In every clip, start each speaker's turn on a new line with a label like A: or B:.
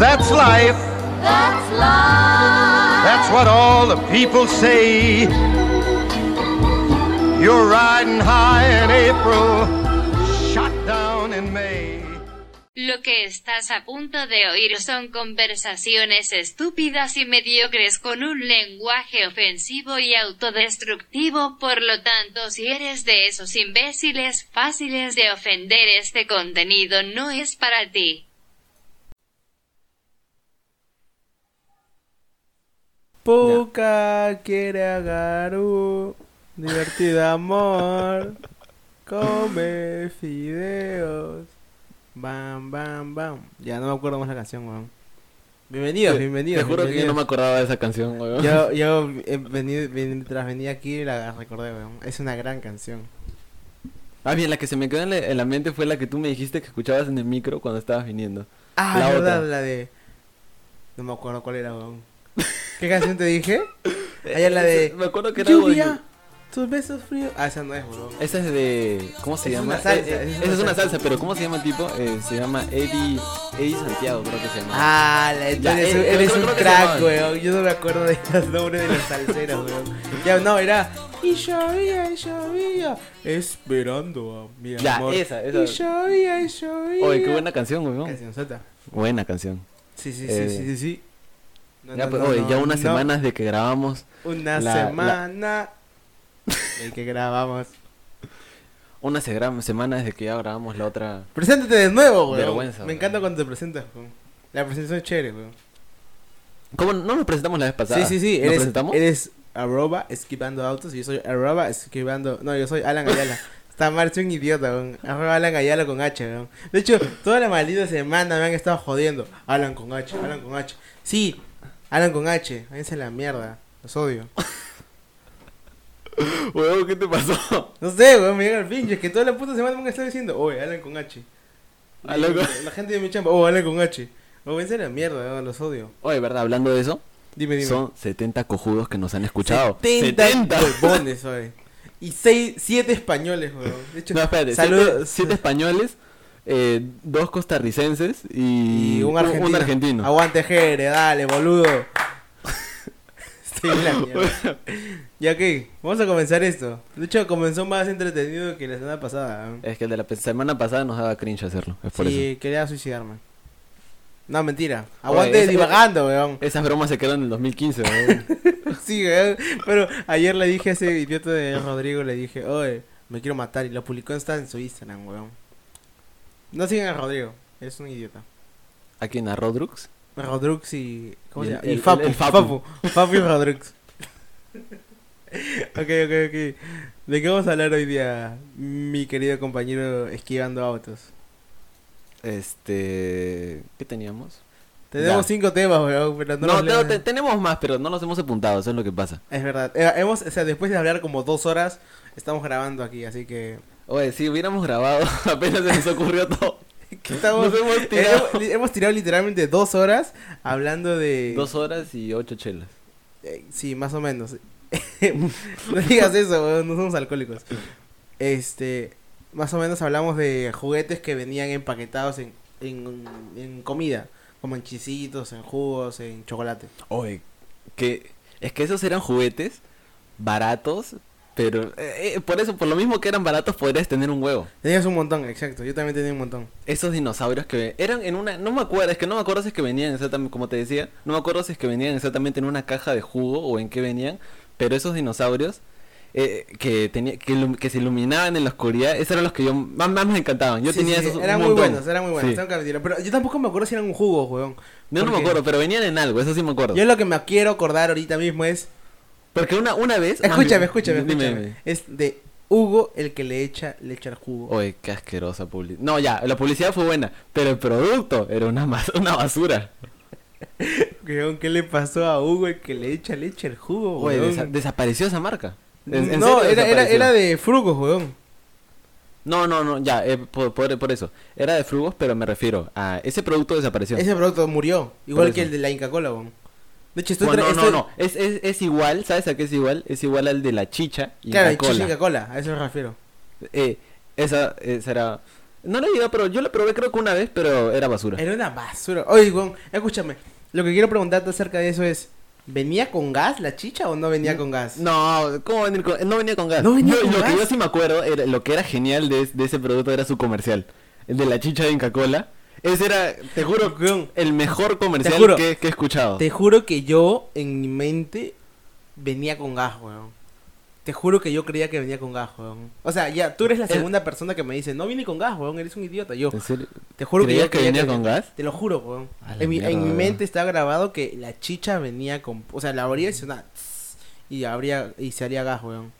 A: That's life.
B: That's life.
A: That's what all the people say. You're riding high in April, shot down in May.
C: Lo que estás a punto de oír son conversaciones estúpidas y mediocres con un lenguaje ofensivo y autodestructivo, por lo tanto si eres de esos imbéciles fáciles de ofender este contenido no es para ti.
D: Puka quiere a Garú, divertido amor, come fideos. Bam, bam, bam. Ya no me acuerdo más la canción, weón. Bienvenidos, bienvenidos.
E: Te juro que yo no me
D: bienvenidos.
E: acordaba de esa canción, weón.
D: Yo, yo eh, he venido- mientras venía aquí la recordé, weón. Es una gran canción.
E: Ah, bien, la que se me quedó en la, en la mente fue la que tú me dijiste que escuchabas en el micro cuando estabas viniendo.
D: Ah,
E: La
D: la verdad,
E: otra.
D: la de. No me acuerdo cuál era, weón. ¿Qué canción te dije? Allá la de.
E: Eh, Me acuerdo que era
D: Lluvia, tus besos fríos. Ah, esa no es, weón.
E: Esa es de. ¿Cómo se
D: Es
E: llama?
D: una salsa,
E: Eh, eh,
D: es
E: esa
D: una
E: es una
D: salsa.
E: salsa, pero ¿cómo se llama el tipo? Eh, se llama Eddie. Eddie Santiago, creo que se llama.
D: Ah, la,
E: Ya,
D: eres, un-
E: eh,
D: eres
E: yo
D: un
E: creo que
D: crack,
E: se llamaban.
D: weón. Yo no me acuerdo de los nombres de los salseros, weón. Ya, no, era. Y llovía, y llovía. Esperando a mi
E: Ya,
D: amor.
E: esa, esa.
D: Y llovía, y llovía.
E: Oye, qué buena canción, weón.
D: canción. Sota.
E: Buena canción.
D: Sí, sí, sí,
E: Eh,
D: sí, sí. sí. No,
E: ya,
D: no,
E: pues,
D: no,
E: oye,
D: no,
E: ya unas
D: no.
E: semanas de que grabamos.
D: Una
E: la- la-
D: semana. El que grabamos.
E: Unas segra- semanas de que ya grabamos la otra.
D: Preséntate de nuevo, weón.
E: Vergüenza,
D: me
E: weón.
D: encanta cuando te presentas, weón. La presentación es chévere, weón.
E: ¿Cómo no nos presentamos la vez pasada?
D: Sí, sí, sí.
E: ¿Nos
D: Eres,
E: presentamos?
D: eres arroba esquivando autos y yo soy arroba esquivando. No, yo soy Alan Ayala. Está mal, soy un idiota, weón. Arroba Alan Ayala con H, weón. De hecho, toda la maldita semana me han estado jodiendo. Alan con H, Alan con H. Sí, Alan con H. Váyanse a la mierda. Los odio.
E: Weón, ¿qué te pasó?
D: No sé, weón, me llega el pinche. Es que toda la puta semana me han estado diciendo, oye, Alan con H.
E: Ah, loco.
D: La gente de mi chamba, oh, Alan con H. Oh, váyanse a la mierda, weón. Los odio.
E: Oye, ¿verdad? Hablando de eso,
D: Pues Dime, dime.
E: son 70 cojudos que nos han escuchado.
D: 70 huevones, oye. Y 7 españoles, weón. De hecho,
E: No, espérate, siete,
D: saludos.
E: siete españoles, eh, dos costarricenses y,
D: Y un argentino.
E: Un argentino.
D: Aguante, Jere, dale, boludo. sí, la mierda. Ya, ok, vamos a comenzar esto. De hecho, comenzó más entretenido que la semana pasada. ¿eh?
E: Es que el de la pe- semana pasada nos daba cringe hacerlo, es por
D: Sí, quería suicidarme. No, mentira. Aguante
E: ese-
D: divagando, weón.
E: eso. Pues, Esas bromas se quedaron en el 2015, weón.
D: Sí, weón. Pero ayer le dije a ese idiota de Rodrigo, le dije, oye, me quiero matar. Y lo publicó está en su Instagram, weón. No sigan a Rodrigo, es un idiota.
E: Aquí en Arrodrux.
D: Rodrux y. ¿Cómo
E: Y
D: se
E: el-
D: llama? Y
E: el-
D: Fapu.
E: el
D: Fapu.
E: Fapu.
D: Fapu y Rodrux. ok, ok, ok. ¿De qué vamos a hablar hoy día, mi querido compañero esquivando autos?
E: Este. ¿Qué teníamos?
D: Tenemos
E: Ya.
D: cinco temas, weón, pero no,
E: No,
D: los leo.
E: no, te- tenemos más, pero no los hemos apuntado, eso es lo que pasa.
D: Es verdad. Eh, hemos, o sea, después de hablar como dos horas, estamos grabando aquí, así que
E: Oye, si hubiéramos grabado, apenas se nos ocurrió todo.
D: Que estamos-
E: Nos hemos tirado.
D: hemos- hemos tirado literalmente dos horas hablando de...
E: Dos horas y ocho chelas.
D: Eh, sí, más o menos. no digas eso, weón, no somos alcohólicos. Este, más o menos hablamos de juguetes que venían empaquetados en, en, en comida. Como en chisitos, en jugos, en chocolate.
E: Oye, que es que esos eran juguetes baratos, pero eh, eh, por eso, por lo mismo que eran baratos, podrías tener un huevo.
D: Tenías un montón, exacto. Yo también tenía un montón.
E: Esos dinosaurios que eran en una, no me acuerdo, es que no me acuerdo si es que venían exactamente, como te decía, no me acuerdo si es que venían exactamente en una caja de jugo o en qué venían, pero esos dinosaurios eh, que tenía, que, ilu- que se iluminaban en la oscuridad, esos eran los que yo más, más me encantaban. Yo
D: Sí,
E: tenía
D: sí,
E: esos un
D: Eran muy
E: montón.
D: buenos, eran muy buenos.
E: Sí.
D: tengo que admitirlo. Pero yo tampoco me acuerdo si eran un jugo, weón.
E: Yo no me
D: Porque
E: acuerdo, pero venían en algo, eso sí me acuerdo.
D: Yo lo que me quiero acordar ahorita mismo es
E: Porque una, una vez.
D: Escúchame, escúchame,
E: Dime,
D: escúchame.
E: dime.
D: Es de Hugo el que le echa leche al jugo.
E: Oye, qué asquerosa publicidad. No, ya, la publicidad fue buena, pero el producto era una, mas- una basura.
D: Weón, ¿Qué le pasó a Hugo el que le echa leche al jugo,
E: Oye,
D: weón?
E: desa- desapareció esa marca. En- en
D: no,
E: serio
D: era, era,
E: desapareció.
D: era de frugos, weón.
E: No, no, no, ya, eh, por, por- por eso. Era de frugos, pero me refiero a... Ese producto desapareció.
D: Ese producto murió. Igual
E: Por
D: que
E: eso.
D: el de la Inca Cola, weón. De hecho, estoy
E: Bueno,
D: tra-
E: no,
D: estoy-
E: no, no. Es, es, es igual, ¿sabes a qué es igual? Es igual al de la chicha y
D: Claro,
E: la
D: el
E: cola.
D: Inca Cola, a eso me refiero.
E: Eh, esa, esa era... No la he llegado, pero yo la probé creo que una vez, pero era basura.
D: Era una basura. Oye, Juan, escúchame. Lo que quiero preguntarte acerca de eso es: ¿venía con gas la chicha o no venía con gas?
E: No, ¿cómo va a venir con- No venía con gas.
D: ¿No venía
E: Yo-
D: con
E: lo
D: gas?
E: que yo sí me acuerdo, era, lo que era genial de, de ese producto era su comercial. El de la chicha de Inca Cola. Ese era, te juro,
D: Weón.
E: el mejor comercial
D: juro.
E: que, que he escuchado.
D: Te juro que yo, en mi mente, venía con gas, weón. Te juro que yo creía que venía con gas, weón. O sea, ya, tú eres la
E: El-
D: segunda persona que me dice, no vine con gas, weón, eres un idiota. Yo,
E: ¿En serio?
D: te juro que
E: ¿Creías
D: yo
E: que
D: creía
E: venía con gas?
D: Te lo juro, weón.
E: A la
D: En mi, en
E: mierda,
D: mi
E: weón.
D: mente está grabado que la chicha venía con... O sea, la abría y sonaba... tss, Y habría y se haría gas, weón.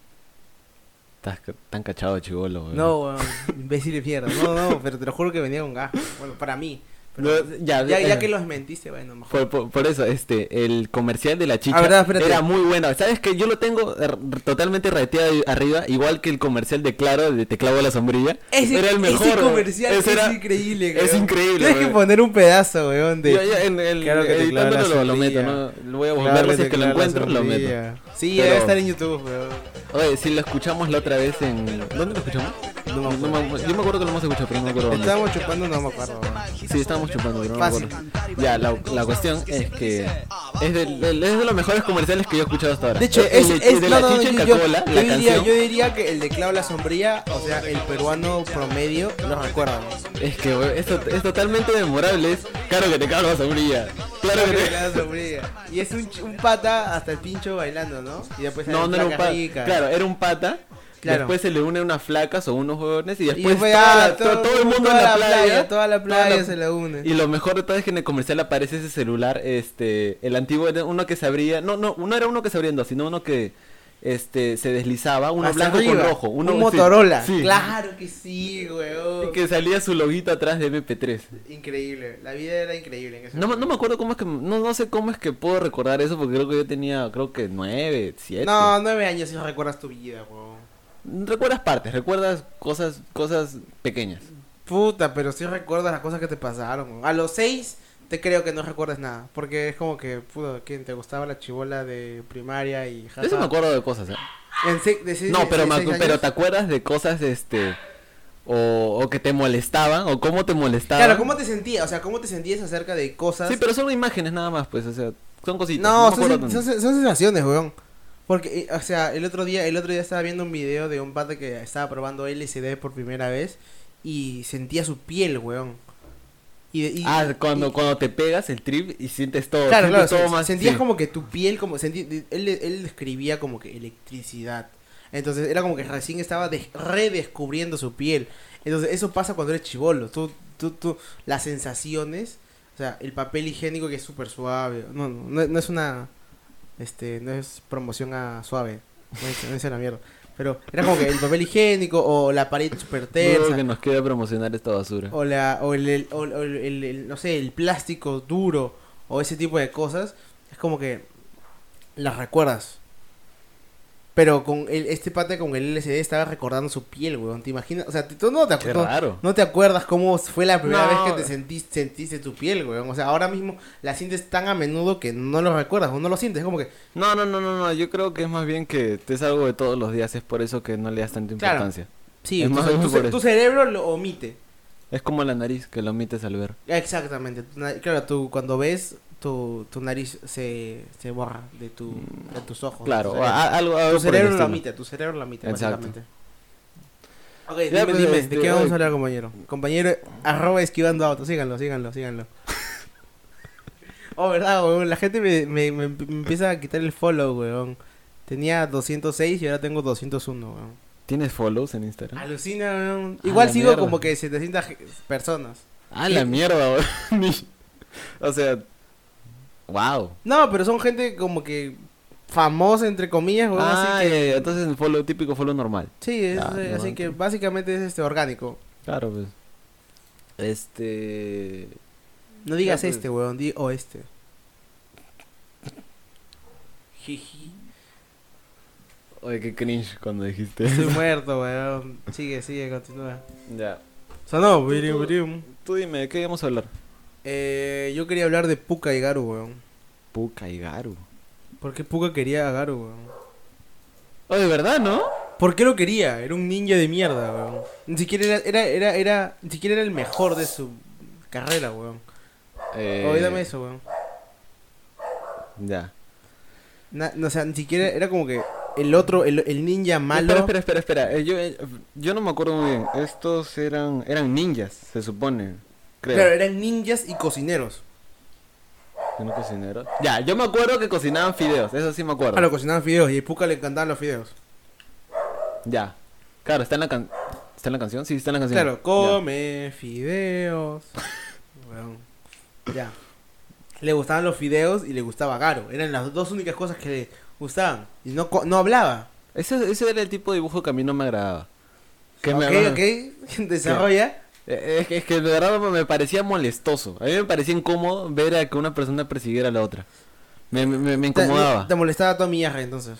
E: Estás ca- tan cachado, chivolo. weón.
D: No, weón. Imbécil de mierda. No, no, pero te lo juro que venía con gas. Bueno, para mí. Pero
E: No,
D: ya,
E: ya,
D: ya,
E: eh.
D: que los mentiste, bueno, mejor.
E: Por, por- por eso, este, el comercial de la chicha
D: Ah, ¿verdad? Espérate.
E: era muy bueno. ¿Sabes que Yo lo tengo r- r- totalmente rateado ahí arriba, igual que el comercial de Claro, de Te clavo la sombrilla.
D: Ese,
E: era el mejor.
D: ese
E: weón.
D: comercial
E: Ese
D: es
E: era-
D: increíble,
E: Es
D: weón.
E: increíble.
D: Tienes que
E: weón.
D: poner un pedazo, weón, de...
E: Yo ya en el
D: Claro que te clava la
E: editándolo lo, lo
D: sombrilla.
E: meto, ¿no? Lo voy a
D: Claro,
E: buscarlo, si
D: te
E: es que
D: clava
E: lo
D: la
E: encuentro, lo meto.
D: sombrilla. Sí,
E: Pero-
D: debe estar en YouTube, weón.
E: Oye, si lo escuchamos la otra vez en... ¿Dónde lo escuchamos? No, me acuerdo. Yo me acuerdo que lo hemos escuchado, pero no me acuerdo dónde.
D: Estábamos chupando, no me acuerdo. weón.
E: Sí, estábamos chupando, pero no me
D: Fácil.
E: acuerdo. Ya, la, la cuestión es que... Es de, del- es de los mejores comerciales que yo he escuchado hasta ahora.
D: De hecho,
E: El
D: es,
E: de-
D: es- no,
E: de la
D: no, no, yo,
E: chicha en
D: yo-
E: Coca-Cola,
D: yo
E: la
D: diría,
E: canción.
D: yo diría que el de Clavo la Sombría, o sea, el peruano promedio, lo recuerda. ¿no?
E: Es que weón, es, to- es totalmente memorable. es Claro que te cago la sombrilla. Claro
D: Claro
E: que
D: que
E: te...
D: te la sombría. Y es un, ch- un pata hasta el pincho bailando, ¿no? Y después
E: No, no era un pata. Claro, era un pata.
D: Claro.
E: Después se le une unas flacas o unos jóvenes y después,
D: después,
E: toda-
D: ah,
E: todo, todo el mundo
D: toda
E: en la,
D: la
E: playa,
D: playa, toda la playa se
E: le
D: la une.
E: Y lo mejor de todo es que en el comercial aparece ese celular, este, el antiguo era uno que se abría, no, no, no era uno que se abría en dos, sino uno que este se deslizaba, uno blanco con rojo, uno
D: un
E: sí,
D: Motorola.
E: sí.
D: Claro que sí, weón.
E: Y que salía su loguito atrás de MP3.
D: Increíble, la vida era increíble en ese
E: No, me- no
D: momento.
E: me acuerdo cómo es que no, no sé cómo es que puedo recordar eso porque creo que yo tenía creo que nueve, siete.
D: No, nueve años si recuerdas tu vida, weón.
E: Recuerdas partes, recuerdas cosas cosas pequeñas.
D: Puta, pero sí recuerdas las cosas que te pasaron. weón. A los seis te creo que no recuerdas nada. Porque es como que, puta, ¿quién te gustaba la chibola de primaria y
E: De eso me acuerdo de cosas. ¿eh?
D: En se- de seis-
E: No, pero,
D: seis
E: me acu-
D: años.
E: pero te acuerdas de cosas, este, o, o que te molestaban, o cómo te molestaban.
D: Claro, ¿cómo te sentías? O sea, ¿cómo te sentías acerca de cosas?
E: Sí, pero son imágenes nada más, pues, o sea, son cositas.
D: No,
E: me
D: son,
E: acuerdo
D: sen-
E: tanto.
D: son sen- son sensaciones, weón. Porque, eh, o sea, el otro día, el otro día estaba viendo un video de un pata que estaba probando LSD por primera vez y sentía su piel, weón. Y, y-
E: Ah,
D: y-
E: cuando, cuando te pegas el trip y sientes todo.
D: claro, claro,
E: sientes
D: se-
E: todo más,
D: sentías
E: sí.
D: como que tu piel, como sentí- de- él, él describía como que electricidad. Entonces era como que recién estaba des- redescubriendo su piel. Entonces eso pasa cuando eres chivolo. Tú, tú, tú, las sensaciones, o sea, el papel higiénico que es súper suave. No, no, no, no es una, este, no es promoción a suave. No es, no es una mierda. Pero era como que el papel higiénico o la pared súper
E: Dudo
D: tersa.
E: que nos queda promocionar esta basura.
D: O, la, o, el, el- o- o el- el- el- no sé, el plástico duro o ese tipo de cosas, es como que las recuerdas. Pero con el, este pata con el LCD estaba recordando su piel, weón. ¿Te imaginas? O sea, t- tú no te,
E: Qué
D: acu- no-
E: raro.
D: no te acuerdas cómo fue la primera
E: No.
D: vez que te sentiste, sentiste tu piel, weón. O sea, ahora mismo la sientes tan a menudo que no lo recuerdas o no lo sientes. Es como que,
E: No, no, no, no, no, yo creo que es más bien que te es algo de todos los días, es por eso que no le das tanta
D: Claro.
E: importancia.
D: sí,
E: Es
D: tu,
E: más
D: tu-
E: bien
D: tu-
E: por eso.
D: tu cerebro lo omite.
E: Es como la nariz que lo omites al ver.
D: Exactamente. tu na- Claro, tú cuando ves, tu, tu nariz se, se borra de, tu, de tus ojos.
E: Mm. Claro,
D: Tu
E: o
D: cerebro,
E: a-
D: Tu
E: algo, algo Pues, eh, por el
D: cerebro la
E: estilo.
D: omite, tu cerebro la omite,
E: Exacto.
D: básicamente. Ok,
E: Ya,
D: dime,
E: pues,
D: dime,
E: este,
D: ¿de qué vamos a
E: ay.
D: hablar, compañero? Compañero, arroba esquivando autos, síganlo, síganlo, síganlo. oh, verdad, weón, la gente me, me, me emp- me empieza a quitar el follow, weón. Tenía 206 y ahora tengo 201, weón.
E: ¿Tienes follows en Instagram?
D: Alucina, weón.
E: A
D: Igual
E: Ah. la
D: sigo
E: mierda.
D: como que 700 ge- personas.
E: Ah, la mierda, weón. Ni- O sea, wow.
D: No, pero son gente como que famosa, entre comillas, weón,
E: Ah,
D: así Oh, que...
E: ya, ya, entonces el follow típico, follow normal.
D: Sí, es,
E: Ah,
D: eh,
E: no,
D: así que
E: entiendo.
D: básicamente es este orgánico.
E: Claro, pues. Este.
D: No digas
E: Ya, pues.
D: este, weón, di o este. Jiji.
E: Oye, qué cringe cuando dijiste
D: Estoy
E: eso.
D: muerto, weón. Sigue, sigue, continúa.
E: Ya.
D: Sonó, wirim, wirim.
E: Tú dime, ¿de qué íbamos a hablar?
D: Eh, yo quería hablar de Puka y Garu, weón.
E: Puka y Garu.
D: Porque Puka quería a Garu, weón.
E: Oh, de verdad, ¿no?
D: ¿Por qué lo quería? Era un ninja de mierda, weón. Ni siquiera era, era, era, era- ni siquiera era el mejor de su carrera, weón.
E: Eh,
D: Oye, dame eso, weón.
E: Ya.
D: Na- no, o sea, ni siquiera era como que el otro, el, el ninja malo.
E: Espera, espera, espera, espera. Eh, yo, eh, yo no me acuerdo muy bien. Estos eran eran ninjas, se supone. Creo.
D: Claro, eh. eran ninjas y cocineros.
E: Que no cocineros. Ya, yo me acuerdo que cocinaban fideos, eso sí me acuerdo.
D: Ah, lo cocinaban fideos y a Puka le encantaban los fideos.
E: Ya. Claro, está en la can... está en la canción, Ah, sí, está en la canción.
D: Claro, come fideos. Weón. Ya. Le gustaban los fideos y le gustaba Garo. Eran las dos únicas cosas que le gustaban. Y no, co- no hablaba.
E: Ya. Ese, ese era el tipo de dibujo que a mí no me agradaba. Que me
D: Ah, ok,
E: agrada-
D: ok. Desarrolla.
E: Eh, Es que, es que de verdad me- me parecía molestoso. A mí me parecía incómodo ver a que una persona persiguiera a la otra. Me, me- me- me
D: Te,
E: incomodaba.
D: te molestaba tu miaja entonces.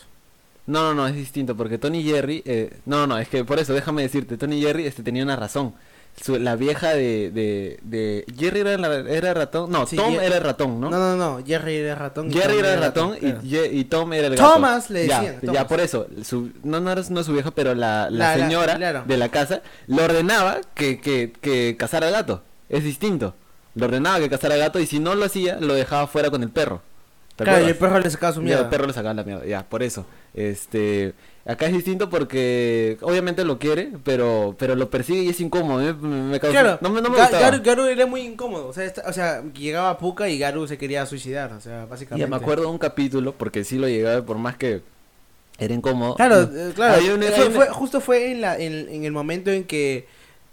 E: No, no, no, es distinto, porque Tony Jerry, eh, no, no, es que por eso, déjame decirte, Tony Jerry este, tenía una razón. Su- la vieja de, de, de- Jerry era, la- era ratón, no,
D: Sí,
E: Tom
D: Jer-
E: era el ratón,
D: No,
E: ¿no?
D: no, no. Jerry era ratón. y
E: Jerry
D: Tom
E: era el ratón y,
D: claro.
E: Ye- y Tom era el gato.
D: Thomas, le
E: Ya,
D: decían,
E: Ya,
D: Thomas.
E: por eso, su- no, no era su- no su vieja, pero la, la
D: La- la-
E: señora
D: claro.
E: de la casa le ordenaba que, que, que cazara gato. Es distinto. Le ordenaba que cazara gato y si no lo hacía, lo dejaba fuera con el perro. ¿Te
D: Claro, y el
E: acuerdas?
D: perro le sacaba su
E: Ya,
D: mierda.
E: el perro le sacaba la mierda, ya, por eso. Este, acá es distinto porque obviamente lo quiere, pero pero lo persigue y es incómodo. ¿eh? Me, me causa-
D: Claro,
E: no, me- no me
D: Ga-
E: gustaba.
D: Garu, Garu era muy incómodo. O sea, esta- o sea, llegaba Puka y Garu se quería suicidar. O sea, básicamente.
E: Ya me acuerdo de un capítulo porque sí lo llegaba por más que era incómodo.
D: Claro,
E: No.
D: eh, claro.
E: Había una-
D: Fue-
E: había una-
D: fue- justo fue en, la, en, en el momento en que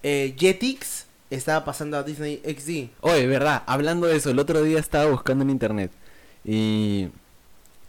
D: eh, Jetix estaba pasando a Disney XD.
E: Oye, verdad, hablando de eso, el otro día estaba buscando en internet y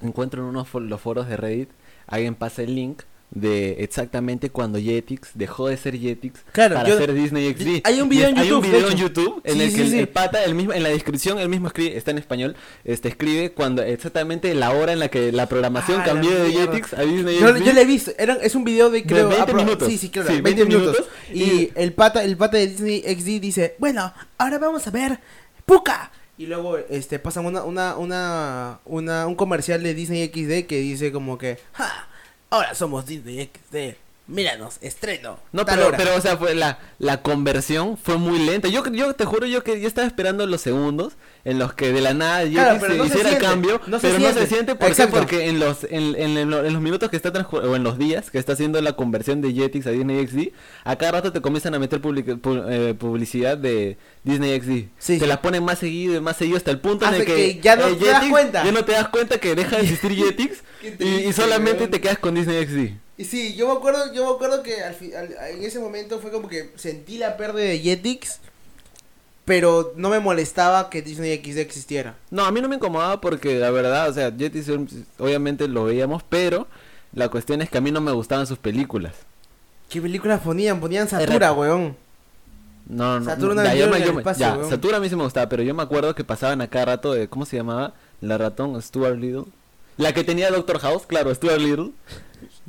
E: encuentro en unos fo- los foros de Reddit, alguien pasa el link de exactamente cuando Jetix dejó de ser Jetix
D: Claro,
E: para
D: yo-
E: ser Disney XD.
D: hay un video en
E: Hay
D: YouTube,
E: un
D: de
E: video en
D: hecho.
E: YouTube en
D: Sí,
E: el
D: sí,
E: que el-
D: sí.
E: el pata, el mismo, en la descripción, él mismo escribe, está en español, este escribe cuando exactamente la hora en la que la programación
D: Ah, la
E: cambió de
D: mierda.
E: Jetix a Disney
D: Yo,
E: XD.
D: yo le he visto, era, es un video de creo
E: 20
D: apro-
E: minutos.
D: Sí, sí, claro,
E: Sí,
D: 20 minutos. Y,
E: y-
D: el pata el pata de Disney XD dice, "Bueno, ahora vamos a ver Puka." Y luego este pasan una una una una un comercial de Disney XD que dice como que, "Ja, ahora somos Disney XD. Míranos, estreno."
E: No,
D: tal
E: pero,
D: hora".
E: pero, o sea, fue la, la conversión fue muy lenta. Yo, yo te juro yo que yo estaba esperando los segundos en los que de la nada yo
D: Claro,
E: que
D: pero
E: se
D: no se
E: hiciera el
D: siente,
E: cambio,
D: no se
E: pero no se
D: siente.
E: siente ¿por qué?
D: Exacto.
E: porque en los en, en- en lo- en los minutos que está transcur- o en los días que está haciendo la conversión de Jetix a Disney XD, a cada rato te comienzan a meter public- pu- eh, publicidad de Disney XD.
D: Sí,
E: te
D: sí.
E: la ponen más seguido y más seguido hasta el punto en
D: Hasta
E: el que,
D: que ya no te das
E: Jetix-
D: cuenta.
E: Ya no te das cuenta que deja de existir Jetix
D: Qué
E: y, y
D: triste,
E: solamente
D: weón.
E: te quedas con Disney XD.
D: Y sí, yo me acuerdo, yo me acuerdo que al fi- al- en ese momento fue como que sentí la pérdida de Jetix, pero no me molestaba que Disney XD existiera.
E: No, a mí no me incomodaba porque la verdad, o sea, Jetix pues, obviamente lo veíamos, pero la cuestión es que a mí no me gustaban sus películas.
D: ¿Qué películas ponían? Ponían Satura,
E: Errata.
D: weón.
E: No, no,
D: Saturno
E: no,
D: del
E: ya, yo
D: Diablo
E: me-
D: en
E: yo
D: el
E: me-
D: espacio,
E: ya,
D: weón.
E: Satura a mí sí me gustaba, pero yo me acuerdo que pasaban a cada rato de, ¿cómo se llamaba? La ratón, Stuart Little. La que tenía Doctor House, claro, Stuart Little.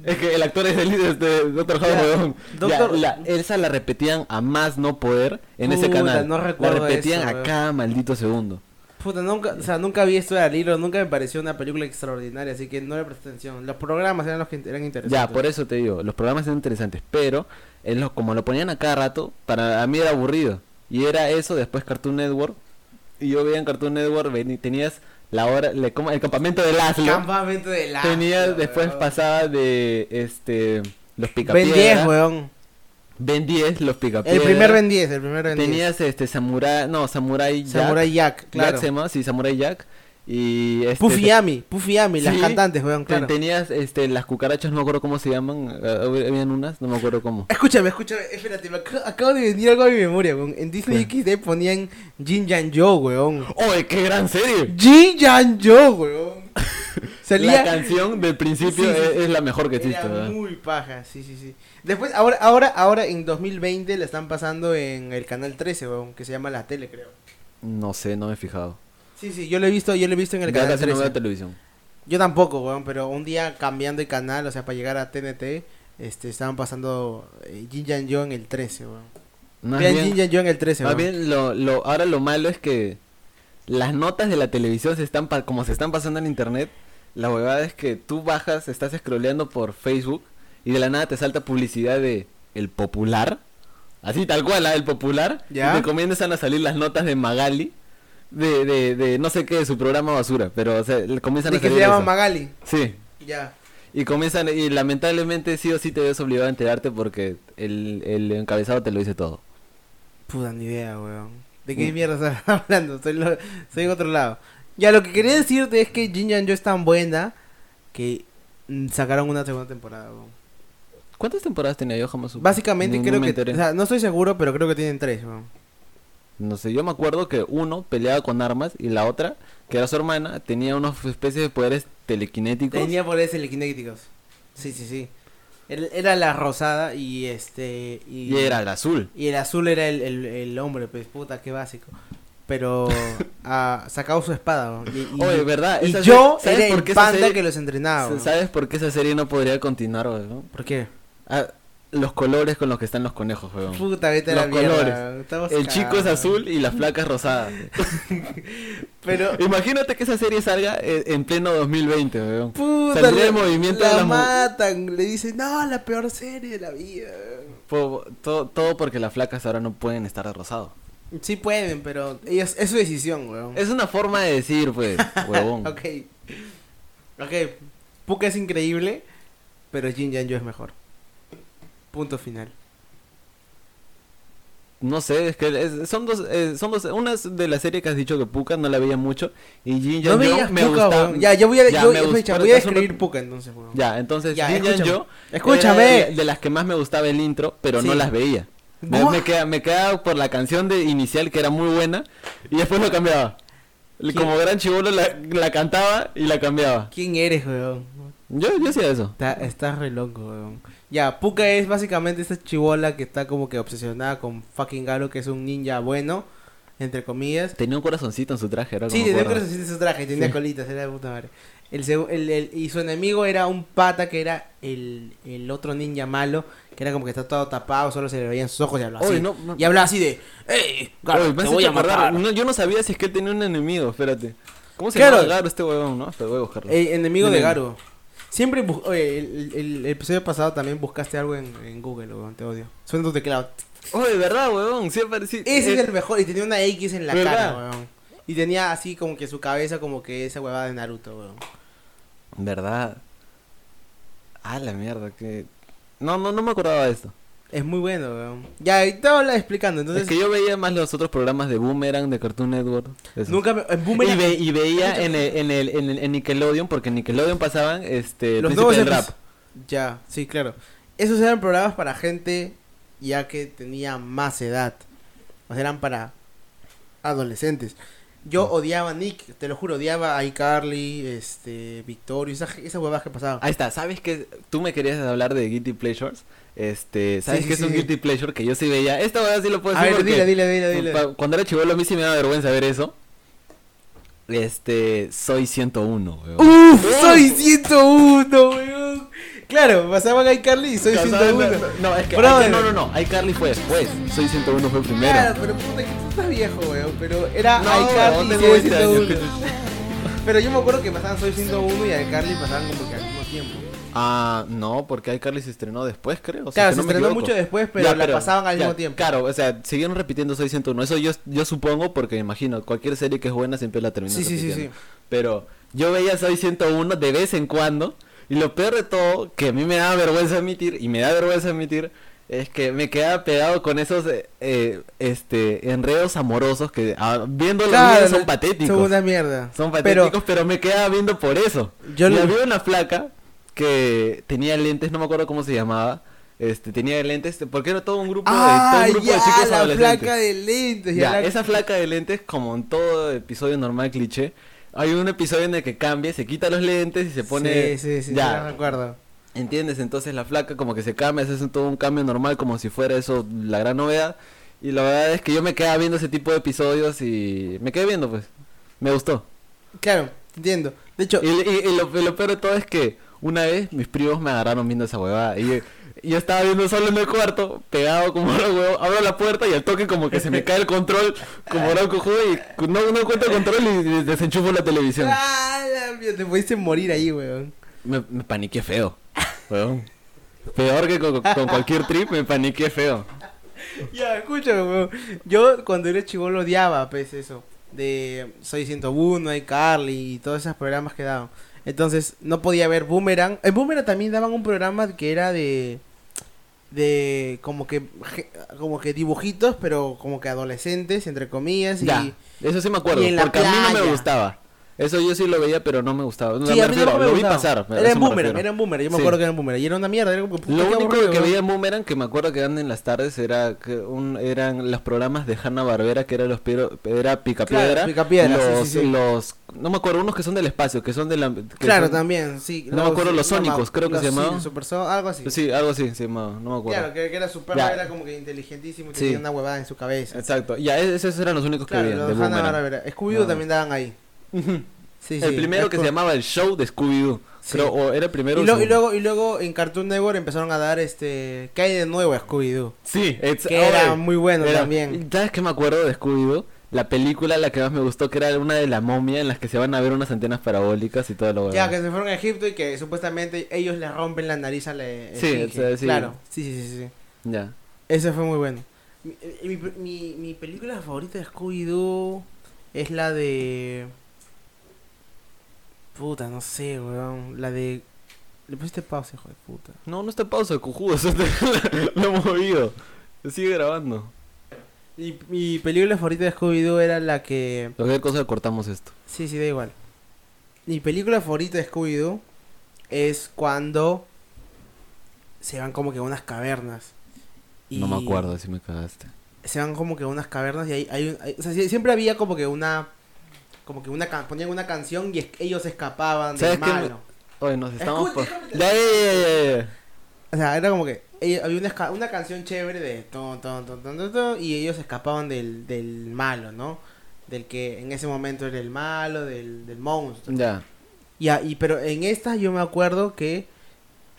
E: Es que el actor es el líder de Doctor House,
D: Ya,
E: weón.
D: Doctor-
E: Ya, la- esa la repetían a más no poder en ese
D: Puta,
E: canal.
D: no
E: la
D: recuerdo
E: repetían
D: eso,
E: a
D: weón.
E: cada maldito segundo.
D: Puta, nunca, o sea, nunca vi esto de Alilo, nunca me pareció una película extraordinaria, así que no le presté atención. Los programas eran los que eran interesantes.
E: Ya, por eso te digo, los programas eran interesantes, pero en lo- como lo ponían a cada rato, para a mí era aburrido. Y era eso, después Cartoon Network. Y yo veía en Cartoon Network, ven- y tenías la hora, le- ¿cómo? el campamento de Laszlo.
D: Campamento de la.
E: tenías, después pasaba de este los
D: Ben 10,
E: picapiedras.
D: weón.
E: Ben 10, los picapiedras.
D: El primer Ben 10, el primer Ben 10.
E: Tenías este Samurai, no, Samurai Jack.
D: Samurai Jack,
E: Jack
D: claro.
E: se llamaba, sí, Samurai Jack. Y este, te-
D: Pufiami, Pufiami, las
E: Sí.
D: cantantes, weón,
E: Te-
D: claro.
E: Tenías este, las cucarachas, no me acuerdo cómo se llaman. eh, hab- habían unas, no me acuerdo cómo.
D: Escúchame, escúchame, espérate, me ac- acabo de venir algo a mi memoria, weón. En Disney XD ponían Jin Jan Yo, weón.
E: ¡Oye, qué gran serie!
D: Jin Jan Yo, weón. Salía.
E: La canción del principio
D: Sí, sí,
E: es,
D: sí.
E: es la mejor que existe,
D: Era
E: ¿verdad?
D: muy paja, sí, sí, sí. Después, ahora, ahora, ahora en 2020 la están pasando en el canal 13, weón, que se llama La Tele, creo.
E: No sé, no me he fijado.
D: Sí, sí, yo lo he visto, yo lo he visto en el
E: Ya
D: canal
E: casi no
D: 13.
E: veo televisión.
D: Yo tampoco, weón, pero un día cambiando de canal, o sea, para llegar a TNT, este, estaban pasando eh, Jin Jan Yo en el 13, weón.
E: Más
D: Vean
E: bien-
D: Jin Jan Yo en el 13,
E: más
D: weón.
E: bien, lo, lo, ahora lo malo es que las notas de la televisión se están pa- como se están pasando en internet. La huevada es que tú bajas, estás scrolleando por Facebook y de la nada te salta publicidad de El Popular. Así tal cual, ¿ah? El Popular.
D: Ya.
E: Y te comienzan a salir las notas de Magali. De, de, de no sé qué, de su programa basura. Pero o sea, le comienzan
D: Y
E: a
D: que
E: salir.
D: se llama
E: eso.
D: Magali.
E: Sí.
D: Ya.
E: Y comienzan, y lamentablemente sí o sí te ves obligado a enterarte porque el, el encabezado te lo dice todo.
D: Puta, ni idea, weón. ¿De qué mierda estás hablando? Estoy, lo- estoy en otro lado. Ya, lo que quería decirte es que Jinjan Yo es tan buena que mm, sacaron una segunda temporada, weón.
E: ¿Cuántas temporadas tenía yo jamás? supe.
D: Básicamente
E: Ni- no
D: creo
E: me
D: que...
E: enteré.
D: O sea, no estoy seguro, pero creo que tienen tres, weón.
E: No sé, yo me acuerdo que uno peleaba con armas y la otra, que era su hermana, tenía unas especies de poderes telequinéticos.
D: Tenía poderes telequinéticos. Sí, sí, sí. El- Era la rosada y este... Y,
E: Y era el azul.
D: Y el azul era el, el, el hombre, pues puta, qué básico. Pero ha sacado su espada. weón. Y, y-
E: Oye, ¿verdad?
D: Y
E: Esa
D: yo
E: serie- ¿sabes
D: era
E: por
D: el
E: qué esa
D: panda
E: serie-
D: que los entrenaba. weón.
E: ¿Sabes por qué esa serie no podría continuar, weón?
D: ¿Por qué?
E: Ah, los colores con los que están los conejos, weón.
D: Puta, vete a la
E: Los
D: mierda,
E: colores.
D: estamos
E: El chico es
D: cagados.
E: azul y la flaca es rosada.
D: Pero
E: Imagínate que esa serie salga eh, en pleno 2020, weón.
D: puta,
E: Saldría
D: le,
E: el movimiento
D: la
E: de las mu-
D: matan, le dicen, "No, la peor serie de la vida." weón".
E: Po- todo, todo porque las flacas ahora no pueden estar de rosado.
D: Sí pueden, pero ellos es su decisión, weón.
E: Es una forma de decir, pues, huevón.
D: ok. Ok. Puka es increíble, pero Jin Yan Yo es mejor. Punto final.
E: No sé, es que es- son dos, eh, son dos, una es de la serie que has dicho que Puka no la veía mucho y Jin
D: no
E: Jan Yo
D: veías
E: me
D: Puka,
E: gustaba.
D: weón. Ya, yo voy a, yo-
E: me
D: escucha,
E: gustaba-
D: voy a
E: es un-
D: escribir Puka entonces, weón.
E: Ya, entonces
D: Ya,
E: Jin Jan
D: escúchame.
E: Yo
D: Escúchame.
E: era de, de las que más me gustaba el intro, pero no
D: Sí.
E: las veía. Me,
D: Buah.
E: me queda, me quedaba por la canción de inicial que era muy buena y después lo cambiaba.
D: ¿Quién?
E: Como gran chivolo la, la cantaba y la cambiaba.
D: ¿Quién eres, weón?
E: Yo, yo hacía eso.
D: Está- estás re loco, weón. Ya, Puka es básicamente esta chivola que está como que obsesionada con fucking Garo, que es un ninja bueno, entre comillas.
E: Tenía un corazoncito en su traje, era
D: Sí,
E: como
D: tenía
E: gordo.
D: corazoncito en su traje, tenía
E: Sí.
D: colitas, era de puta madre. El, segu- el- el- y su enemigo era un pata que era el, el otro ninja malo, que era como que está todo tapado, solo se le veían sus ojos y hablaba
E: Oye,
D: así.
E: no, no.
D: Y hablaba así de, ¡Ey, Garo,
E: Oye,
D: te
E: me has
D: voy
E: hecho
D: a
E: acordar.
D: matar!
E: No, yo no sabía si es que él tenía un enemigo, espérate. ¿Cómo se
D: Claro.
E: llama Garo este huevón, no? Pero voy a buscarlo.
D: Eh, enemigo de
E: Enemigo.
D: Garo. Siempre, bus- oye, el, el- el episodio pasado también buscaste algo en, en Google, weón, te odio. Suena tu teclado.
E: Oh, de verdad, huevón, sí apareció.
D: Ese
E: eh,
D: es el mejor. Y tenía una X en la
E: ¿verdad?
D: cara, weón. Y tenía así como que su cabeza como que esa huevada de Naruto, weón.
E: ¿Verdad? Ah, la mierda, que... No, no, no me acordaba de esto.
D: Es muy bueno, weón. Ya, y te habla explicando. Entonces,
E: es que yo veía más los otros programas de Boomerang, de Cartoon Network. esos.
D: nunca me... En Boomerang-
E: Y, ve- y veía en, el, en, el, en, el- en Nickelodeon, porque en Nickelodeon pasaban este,
D: los
E: Príncipe
D: nuevos
E: del
D: epi-
E: Rap.
D: Ya, sí, claro. Esos eran programas para gente ya que tenía más edad. O sea, eran para adolescentes. Yo odiaba a Nick, te lo juro, odiaba a iCarly, este, Victorio, esa- esas huevadas que pasaban.
E: Ahí está, ¿sabes que Tú me querías hablar de Guilty Pleasures. Este, ¿sabes
D: Sí,
E: qué
D: sí,
E: es un
D: sí.
E: Guilty Pleasure que yo sí veía? Esta verdad pues sí lo puedo
D: A
E: decir.
D: ver,
E: porque
D: dile, dile, dile, dile.
E: pa- Cuando era chivolo a mí sí me daba vergüenza ver eso. Este, soy 101, weón.
D: ¡Uf! ¡Soy 101, weón! Claro, pasaban a iCarly y soy
E: No, ¿sabes?
D: 101.
E: No, no, es que
D: Brother.
E: iCarly- no, no, no, iCarly fue después. Soy 101 fue primero.
D: Claro, pero puta, que tú estás viejo, weón. Pero era
E: No,
D: iCarly
E: weón,
D: y
E: tengo
D: soy
E: 20 años.
D: 101. Pero yo me acuerdo que pasaban Soy 101 y iCarly pasaban como que al mismo tiempo.
E: Ah, no, porque iCarly se estrenó después, creo. o
D: Claro,
E: que
D: se
E: no me
D: estrenó
E: equivoco.
D: mucho después, pero la pasaban al
E: ya,
D: mismo tiempo.
E: Claro, o sea, siguieron repitiendo 601. Eso yo, yo supongo, porque me imagino, cualquier serie que es buena siempre la terminan
D: Sí, sí, sí,
E: repitiendo.
D: sí.
E: Pero yo veía 601 de vez en cuando. Y lo peor de todo, que a mí me da vergüenza admitir, y me da vergüenza admitir, es que me quedaba pegado con esos eh, eh, este enredos amorosos que ah, viendo los
D: Claro,
E: son
D: no-
E: patéticos.
D: Son una mierda.
E: Son
D: Pero-
E: patéticos, pero, me quedaba viendo por eso.
D: Yo
E: Yo
D: lo-
E: le vi una flaca que tenía lentes, no me acuerdo cómo se llamaba. Este, tenía lentes, porque era todo un grupo de todo
D: Ah,
E: un grupo
D: ya,
E: de chicos
D: la
E: adolescentes.
D: placa de lentes.
E: Ya,
D: la-
E: esa flaca de lentes, como en todo episodio normal cliché, hay un episodio en el que cambia, se quita los lentes y se pone.
D: Sí, sí, sí, ya.
E: ya,
D: recuerdo.
E: ¿Entiendes? Entonces la flaca como que se cambia, se hace todo un cambio normal como si fuera eso la gran novedad. Y la verdad es que yo me quedaba viendo ese tipo de episodios y me quedé viendo, pues. Me gustó.
D: Claro, entiendo. De hecho,
E: Y, y- y lo, y lo peor de todo es que una vez mis primos me agarraron viendo esa huevada. Y yo, y yo estaba viendo solo en el cuarto, pegado como un huevo. Abro la puerta y al toque como que se me cae el control, como era un cojudo. Y no, no encuentro control y desenchufo la televisión.
D: ah, la mierda, te pudiste morir ahí, weón.
E: Me, me paniqué feo. Huevón. Peor que con, con cualquier trip, me paniqué feo.
D: Ya, escúchame, weón. Yo cuando era chivón lo odiaba, pues eso. De Soy 101, hay Carly y todos esos programas que daban. Entonces no podía ver Boomerang. En Boomerang también daban un programa que era de. De como que je- como que dibujitos, pero como que adolescentes, entre comillas. Y,
E: Ya, eso sí me acuerdo,
D: y en la
E: porque a mí no me
D: playa.
E: gustaba. Eso yo sí lo veía, pero no me gustaba. No,
D: Sí,
E: me
D: a mí
E: refiero,
D: tampoco me
E: lo vi
D: gustaba.
E: pasar.
D: Era
E: a eso
D: en
E: me
D: Boomerang,
E: refiero.
D: era en Boomerang. Yo me
E: Sí.
D: acuerdo que era en Boomerang. Y era una mierda. Era como que, puta,
E: Lo
D: qué
E: único
D: aburrido,
E: que
D: weón.
E: veía en Boomerang, que me acuerdo que eran en las tardes, era que un, eran los programas de Hanna Barbera, que era los pero- era Picapiedra.
D: Claro, Picapiedra, sí,
E: los,
D: sí, sí.
E: los- no me acuerdo, unos que son del espacio, que son de la. que
D: Claro,
E: son-
D: también, sí.
E: no me acuerdo, los sónicos, creo que se
D: sí,
E: llamaban.
D: Super Son- algo así.
E: Sí, algo así, sí, no, no me acuerdo.
D: Claro, que, que era su perro,
E: Ya.
D: era como que inteligentísimo y
E: Sí.
D: tenía una huevada en su cabeza.
E: Exacto, ya e- esos eran los únicos que
D: Claro,
E: veía
D: los
E: de
D: Hanna
E: Boomerang.
D: Barbera. Scooby-Doo
E: No.
D: también daban ahí.
E: Ujú.
D: Sí,
E: el
D: sí,
E: primero que
D: Scoo-
E: se llamaba El Show de Scooby-Doo.
D: Sí.
E: Creo, o era el primero.
D: Y,
E: o
D: lo-
E: segundo.
D: y luego, y luego en Cartoon Network empezaron a dar este. ¿Qué hay de nuevo a Scooby-Doo?
E: Sí, ex-
D: Que era
E: oye,
D: muy bueno
E: era-
D: también.
E: ¿Sabes qué me acuerdo de Scooby-Doo? La película, la que más me gustó, que era una de la momia en las que se van a ver unas antenas parabólicas y todo lo bueno.
D: Ya, que se fueron a Egipto y que supuestamente ellos le rompen la nariz a la.
E: Sí,
D: esfinge.
E: o sea, sí.
D: Claro, sí, sí, sí. sí.
E: Ya.
D: Ese fue muy bueno. Mi, eh, mi, mi- mi película favorita de Scooby-Doo es la de. Puta, no sé, weón. La de. Le pusiste pausa, hijo de puta.
E: No, no está en pausa, cujudo. eso te- lo he movido. Sigue grabando.
D: Mi, mi película favorita de Scooby-Doo era la que.
E: Cualquier cosa cortamos esto.
D: Sí, sí, da igual. Mi película favorita de Scooby-Doo es cuando se van como que a unas cavernas.
E: No me
D: Y
E: acuerdo si me cagaste.
D: Se van como que a unas cavernas y hay, hay, un- hay- o sea, sie- siempre había como que una. Como que una can- ponían una canción y es- ellos escapaban
E: ¿Sabes
D: del
E: qué me-
D: malo.
E: Oye, nos estamos.
D: Escucha,
E: por- Ya, ya, ya, ya, ya.
D: O sea, era como que ellos- había una, esca- una canción chévere de ton, ton, ton, ton, ton, ton, y ellos escapaban del, del malo, ¿no? Del que en ese momento era el malo, del, del monstruo.
E: Ya.
D: Ya, y pero en esta yo me acuerdo que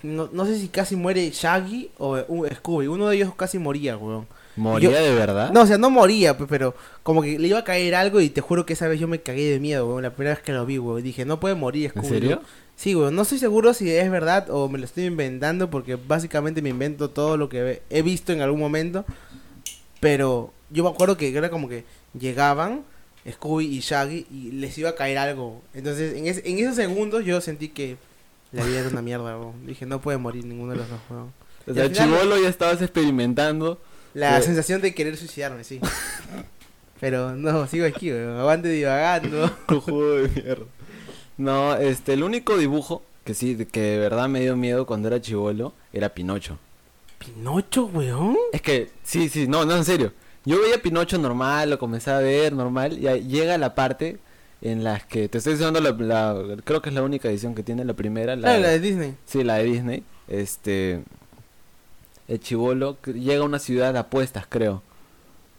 D: no, no sé si casi muere Shaggy o eh, un- Scooby, uno de ellos casi moría, weón.
E: ¿Moría
D: Yo-
E: de verdad?
D: No, o sea, no moría, pe- pero como que le iba a caer algo y te juro que esa vez yo me cagué de miedo, weón, la primera vez que lo vi, weón. Dije, no puede morir
E: ¿En
D: Scooby.
E: serio?
D: Sí, weón, no estoy seguro si es verdad o me lo estoy inventando porque básicamente me invento todo lo que ve- he visto en algún momento. Pero yo me acuerdo que era como que llegaban Scooby y Shaggy y les iba a caer algo. Entonces, en, es- en esos segundos yo sentí que la vida era una mierda, weón. Dije, no puede morir ninguno de los dos, weón.
E: O
D: Y
E: sea,
D: al final-
E: chivolo ya estabas experimentando.
D: La
E: Eh.
D: sensación de querer suicidarme, sí. Pero no, sigo aquí, weón. Aguante divagando.
E: Juego de mierda. No, este, el único dibujo que sí, de- que de verdad me dio miedo cuando era chivolo era Pinocho.
D: ¿Pinocho, weón?
E: Es que, sí, sí, no, no, en serio. Yo veía Pinocho normal, lo comencé a ver normal, y ahí llega la parte en la que, te estoy diciendo, la, la- creo que es la única edición que tiene, la primera. La,
D: Claro, Ah, la de Disney.
E: Sí, la de Disney. Este, el chivolo llega a una ciudad de apuestas, creo.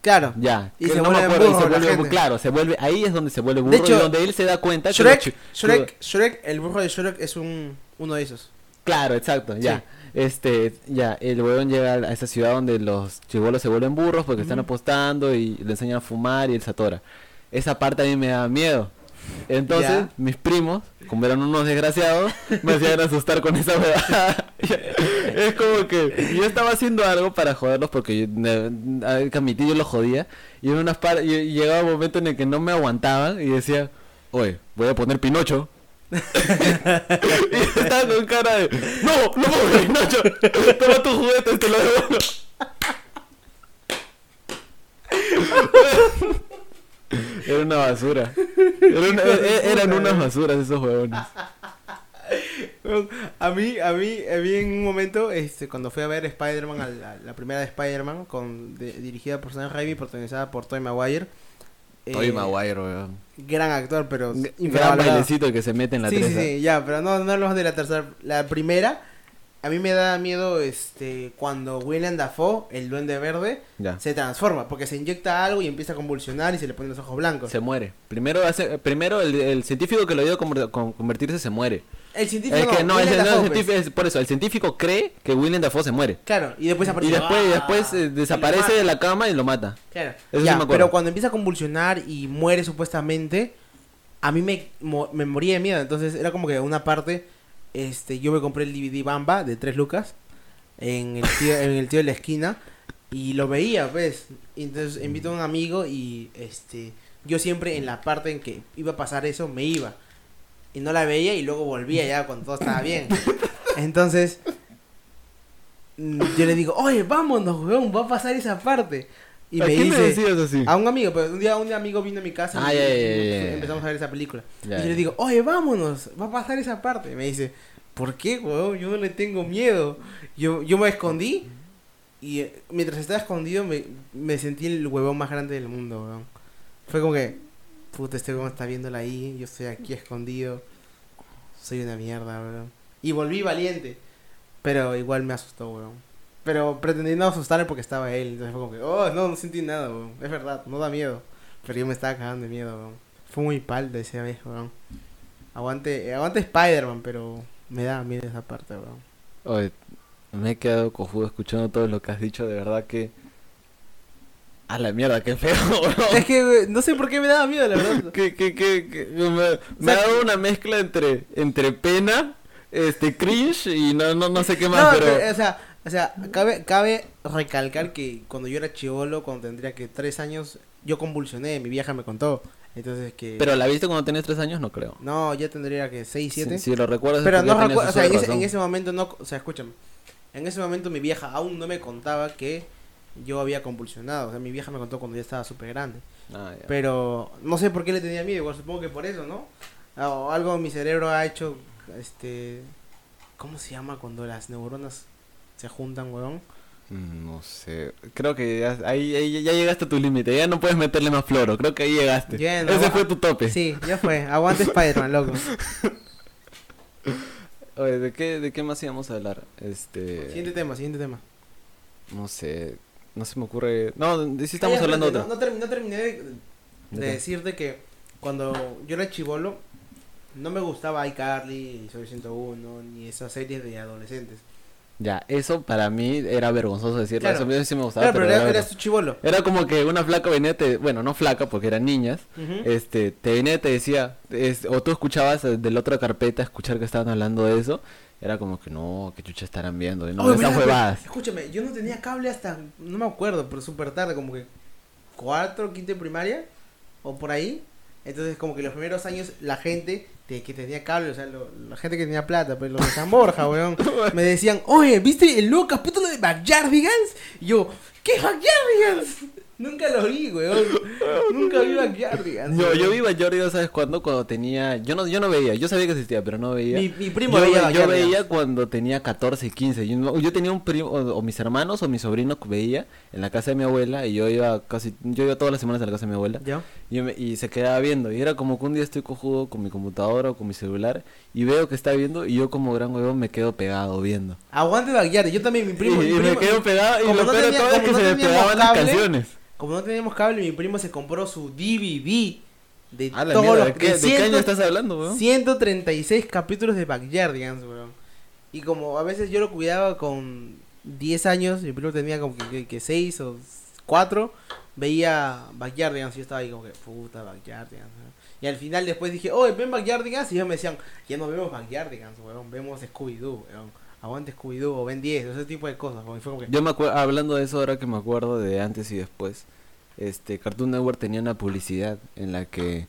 D: Claro.
E: Ya,
D: Y
E: que
D: se
E: no me
D: vuelve
E: acuerdo, y
D: burro
E: se
D: la
E: vuelve,
D: gente.
E: claro, se vuelve, ahí es donde se vuelve burro, y
D: hecho,
E: donde él se da cuenta que los
D: Shrek,
E: chi-
D: Shrek, Shrek, el burro de Shrek es un uno de esos.
E: Claro, exacto, ya.
D: Sí.
E: Este, ya, el huevón llega a esa ciudad donde los chibolos se vuelven burros porque están apostando y le enseñan a fumar y el satora. Esa parte a mí me da miedo. Entonces,
D: Ya.
E: mis primos, como eran unos desgraciados, me hacían asustar con esa huevada. es como que yo estaba haciendo algo para joderlos porque yo, ne- hay que admitir, yo los jodía. Y en unas par y- y llegaba un momento en el que no me aguantaban y decía, oye, voy a poner Pinocho. Y estaba con cara de No, no mames, Nacho Toma tus juguetes, te lo devuelvo Era una basura Era una- e- e- Eran unas basuras esos huevones
D: Ah, A mí, a mí, a mí en un momento, este, cuando fui a ver Spider-Man, a la, la primera de Spider-Man, con, de- dirigida por Sam Raimi, protagonizada por Tobey Maguire. eh,
E: Toy Maguire, weón
D: Gran actor, pero
E: Gran
D: infravalorado.
E: bailecito que se mete en la
D: sí,
E: treza
D: Sí, sí, ya, pero no, no hablamos de la tercera. La primera, a mí me da miedo este cuando William Dafoe, el duende verde,
E: Ya.
D: se transforma, porque se inyecta algo y empieza a convulsionar y se le ponen los ojos blancos.
E: Se muere Primero hace, primero el, el científico que lo ayuda a conver- con- convertirse se muere
D: El científico
E: Es que no, el,
D: Willem
E: no, el
D: Dafoe, pues.
E: científico- es por eso, el científico cree que William Dafoe se muere
D: Claro, y después aparece.
E: Y después, y
D: ¡ah!
E: después eh,
D: Y lo
E: desaparece
D: mata.
E: de la cama y lo mata
D: Claro.
E: Eso
D: Ya,
E: sí me acuerdo.
D: pero cuando empieza a convulsionar y muere supuestamente, a mí me, mo- me moría de miedo. Entonces era como que una parte, este, yo me compré el DVD Bamba de tres lucas. en el tío, en el tío de la esquina y lo veía, pues. Y Entonces invito a un amigo y este yo siempre en la parte en que iba a pasar eso me iba y no la veía y luego volvía ya cuando todo estaba bien. Entonces mm, yo le digo, "Oye, vámonos, weón, va a pasar esa parte." Y
E: ¿A
D: me
E: quién le
D: dice, "Ah,
E: decías así?
D: a un amigo, pero un día un amigo vino a mi casa
E: Ah,
D: y
E: ya, ya, ya, ya.
D: empezamos a ver esa película. y
E: Ya,
D: yo
E: ya.
D: le digo, oye, vámonos, va a pasar esa parte. Y me dice, ¿por qué, weón? Yo no le tengo miedo. Yo, yo me escondí y eh, mientras estaba escondido me, me sentí el huevón más grande del mundo, weón. Fue como que, puta, este huevón está viéndola ahí, yo estoy aquí escondido. Soy una mierda, weón. Y volví valiente, pero igual me asustó, weón. Pero pretendí no asustarme porque estaba él. Entonces fue como que, oh, no, no sentí nada, weón. Es verdad, no da miedo. Pero yo me estaba cagando de miedo, weón. Fue muy palda esa vez, weón. Aguante, eh, aguante Spider-Man, pero me da miedo esa parte, weón.
E: Oye, me he quedado cojudo escuchando todo lo que has dicho, de verdad que... A la mierda, qué feo, weón.
D: Es que weón, no sé por qué me daba miedo, la verdad.
E: que, que, que, que- me, me ha dado una mezcla entre, entre pena, este cringe y no, no, no sé qué
D: No,
E: más, pero,
D: pero, o sea, o sea cabe, cabe recalcar que cuando yo era chivolo, cuando tendría que tres años, yo convulsioné, mi vieja me contó. Entonces que...
E: pero la viste cuando tenías tres años, no creo.
D: No, ya tendría que seis, siete.
E: Si, si lo recuerdas, es
D: Pero
E: porque
D: no
E: tenías
D: recuerdo, o
E: uso
D: sea,
E: de
D: en ese,
E: razón.
D: en ese momento no, o sea, escúchame. En ese momento mi vieja aún no me contaba que yo había convulsionado, o sea, mi vieja me contó cuando ya estaba súper grande.
E: Ah, ya.
D: Pero no sé por qué le tenía miedo, igual supongo que por eso, ¿no? O algo mi cerebro ha hecho, este... ¿Cómo se llama cuando las neuronas se juntan, weón?
E: Mm, No sé, creo que ya, ahí, ahí ya llegaste a tu límite, ya no puedes meterle más floro, creo que ahí llegaste.
D: Ya, no,
E: ese
D: ah,
E: fue tu tope.
D: Sí, ya fue, aguante Spider-Man, loco.
E: Oye, ¿de qué, ¿de qué más íbamos a hablar? Este...
D: Siguiente tema, siguiente tema.
E: No sé, no se me ocurre... No, de- sí estamos
D: Oye,
E: hablando
D: espérate,
E: otra.
D: No, no termi- no terminé de, de
E: ¿De qué?
D: decirte que cuando yo era chivolo, no me gustaba iCarly, ni Soy 101, ni esas series de adolescentes.
E: Ya, eso para mí era vergonzoso decirlo,
D: Claro.
E: eso a mí sí me gustaba,
D: Claro, pero,
E: pero
D: era-
E: era
D: eras tu chivolo.
E: Era como que una flaca venía, te, bueno, no flaca porque eran niñas,
D: Ujú.
E: este, te venía y te decía, es- o tú escuchabas eh, de la otra carpeta escuchar que estaban hablando de eso, era como que no, que chucha estarán viendo, y no,
D: Oye,
E: esas
D: mira,
E: huevadas.
D: Escúchame, yo no tenía cable hasta, no me acuerdo, pero súper tarde, como que cuarto, quinto de primaria, o por ahí. Entonces, como que los primeros años, la gente te- que tenía cable, o sea, lo- la gente que tenía plata, pues los de San Borja, weón, me decían, oye, ¿viste el nuevo capítulo de Backyardigans? Y yo, ¿qué es Backyardigans? Nunca lo vi, weón. Nunca vi Backyardigans.
E: Yo, yo
D: weón.
E: vi Jordi, ¿sabes cuándo? Cuando tenía, yo no, yo no veía, yo sabía que existía, pero no veía.
D: Mi- mi primo
E: yo,
D: veía
E: ve- yo
D: Backyardigans.
E: veía cuando tenía 14, 15, yo, no- yo tenía un primo, o, o mis hermanos o mis sobrinos que veía en la casa de mi abuela, y yo iba casi, yo iba todas las semanas a la casa de mi abuela.
D: ¿Ya?
E: Y, yo me- y se quedaba viendo. Y era como que un día estoy cojudo con mi computadora o con mi celular y veo que está viendo y yo como gran huevón me quedo pegado viendo.
D: Aguante Backyardigans, yo también, mi primo.
E: y,
D: mi
E: y me
D: primo-
E: quedo pegado y
D: como
E: lo
D: no
E: peor de
D: tenía-
E: todo es
D: como
E: que
D: no
E: se me
D: teníamos
E: pegaban las
D: cable,
E: canciones.
D: Como no teníamos cable, mi primo se compró su DVD de
E: Ah, la
D: todos
E: mierda,
D: los
E: ¿de qué, de qué año estás hablando, weón?
D: 136 capítulos de Backyardigans, weón. Y como a veces yo lo cuidaba con 10 años, mi primo tenía como que, que, 6 o 4, veía Backyardigans y yo estaba ahí como que, puta, Backyardigans, weón. Y al final después dije, oye, ven Backyardigans, y ellos me decían, ya no vemos Backyardigans, weón, vemos Scooby-Doo, weón. Aguante Scooby-Doo o Ben 10, ese tipo de cosas, weón. Y fue como que,
E: Yo me acuerdo, hablando de eso ahora que me acuerdo de antes y después, este Cartoon Network tenía una publicidad en la que...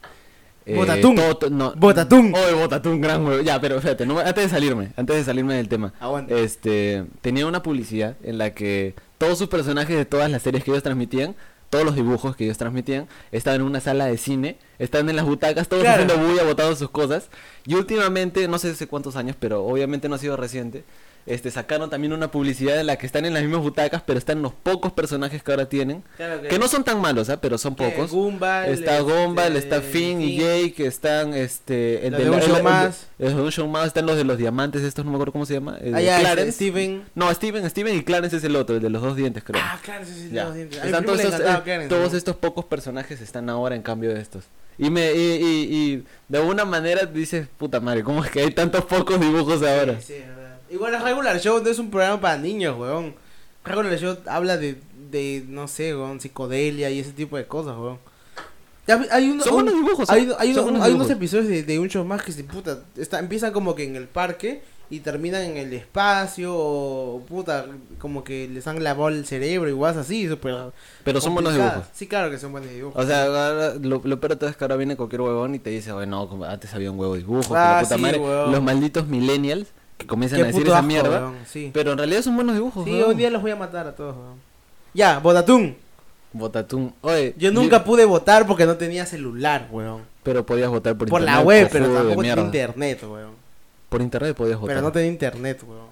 E: eh,
D: Botatún.
E: todo- to- no,
D: Botatún.
E: Oye, Botatún, gran huevo. Ya, pero espérate, no me- antes de salirme, antes de salirme del tema.
D: aguante.
E: Este, tenía una publicidad en la que todos sus personajes de todas las series que ellos transmitían, todos los dibujos que ellos transmitían, estaban en una sala de cine, estaban en las butacas, todos
D: Claro.
E: haciendo bulla, botando sus cosas. Y últimamente, no sé hace cuántos años, pero obviamente no ha sido reciente, este, sacaron también una publicidad en la que están en las mismas butacas, pero están los pocos personajes que ahora tienen,
D: Claro
E: que no son tan malos, ¿ah, pero son
D: que
E: pocos.
D: Gumball,
E: Está Gumball,
D: este,
E: está Finn y Jake, que están este
D: Los de Un
E: la-
D: Show
E: el-
D: Más.
E: los de un show más, están los de los diamantes, estos no me acuerdo cómo se llama. eh,
D: Ah, ya,
E: Clarence.
D: este, Steven.
E: No, Steven, Steven y Clarence es el otro, el de los dos dientes, creo.
D: Ah, claro, sí, sí,
E: Ya.
D: los dientes. A mi
E: Están
D: primo
E: todos,
D: le
E: estos,
D: encantaba
E: eh,
D: Clarence,
E: todos
D: ¿no?
E: estos pocos personajes están ahora en cambio de estos. Y me y, y- y de alguna manera dices, puta madre, ¿cómo es que hay tantos pocos dibujos ahora?
D: Sí, sí, es verdad. Igual es Regular Show no es un programa para niños, weón. Regular Show habla de, de no sé, weón, psicodelia y ese tipo de cosas, weón. Ya vi- Hay uno-
E: Son
D: un-
E: buenos dibujos,
D: Hay,
E: ¿eh?
D: hay
E: Son
D: un-
E: buenos
D: hay unos
E: dibujos.
D: episodios de, de un show más que se puta. Está, empiezan como que en el parque y terminan en el espacio o puta, como que les han lavado el cerebro y guas así, súper
E: Pero son buenos
D: complicadas.
E: dibujos.
D: Sí, claro que son buenos dibujos.
E: O sea, ahora lo, lo peor de todo es que ahora viene cualquier huevón y te dice, oye, no, como antes había un huevo de dibujo,
D: Ah,
E: que la puta
D: sí,
E: madre.
D: huevón.
E: Los malditos millennials que comienzan
D: Qué
E: a decir
D: puto
E: esa
D: asco,
E: mierda.
D: huevón, sí.
E: Pero en realidad son buenos dibujos.
D: sí,
E: huevón.
D: un día los voy a matar a todos. weón. Ya, Botatún.
E: Botatún. Oye,
D: Yo nunca pude votar porque no tenía celular, weón.
E: Pero podías votar por,
D: Por la
E: internet,
D: web,
E: por
D: pero
E: fútbol de
D: tampoco tenía
E: mierda.
D: internet, weón.
E: Por internet podías votar.
D: Pero no tenía internet, weón.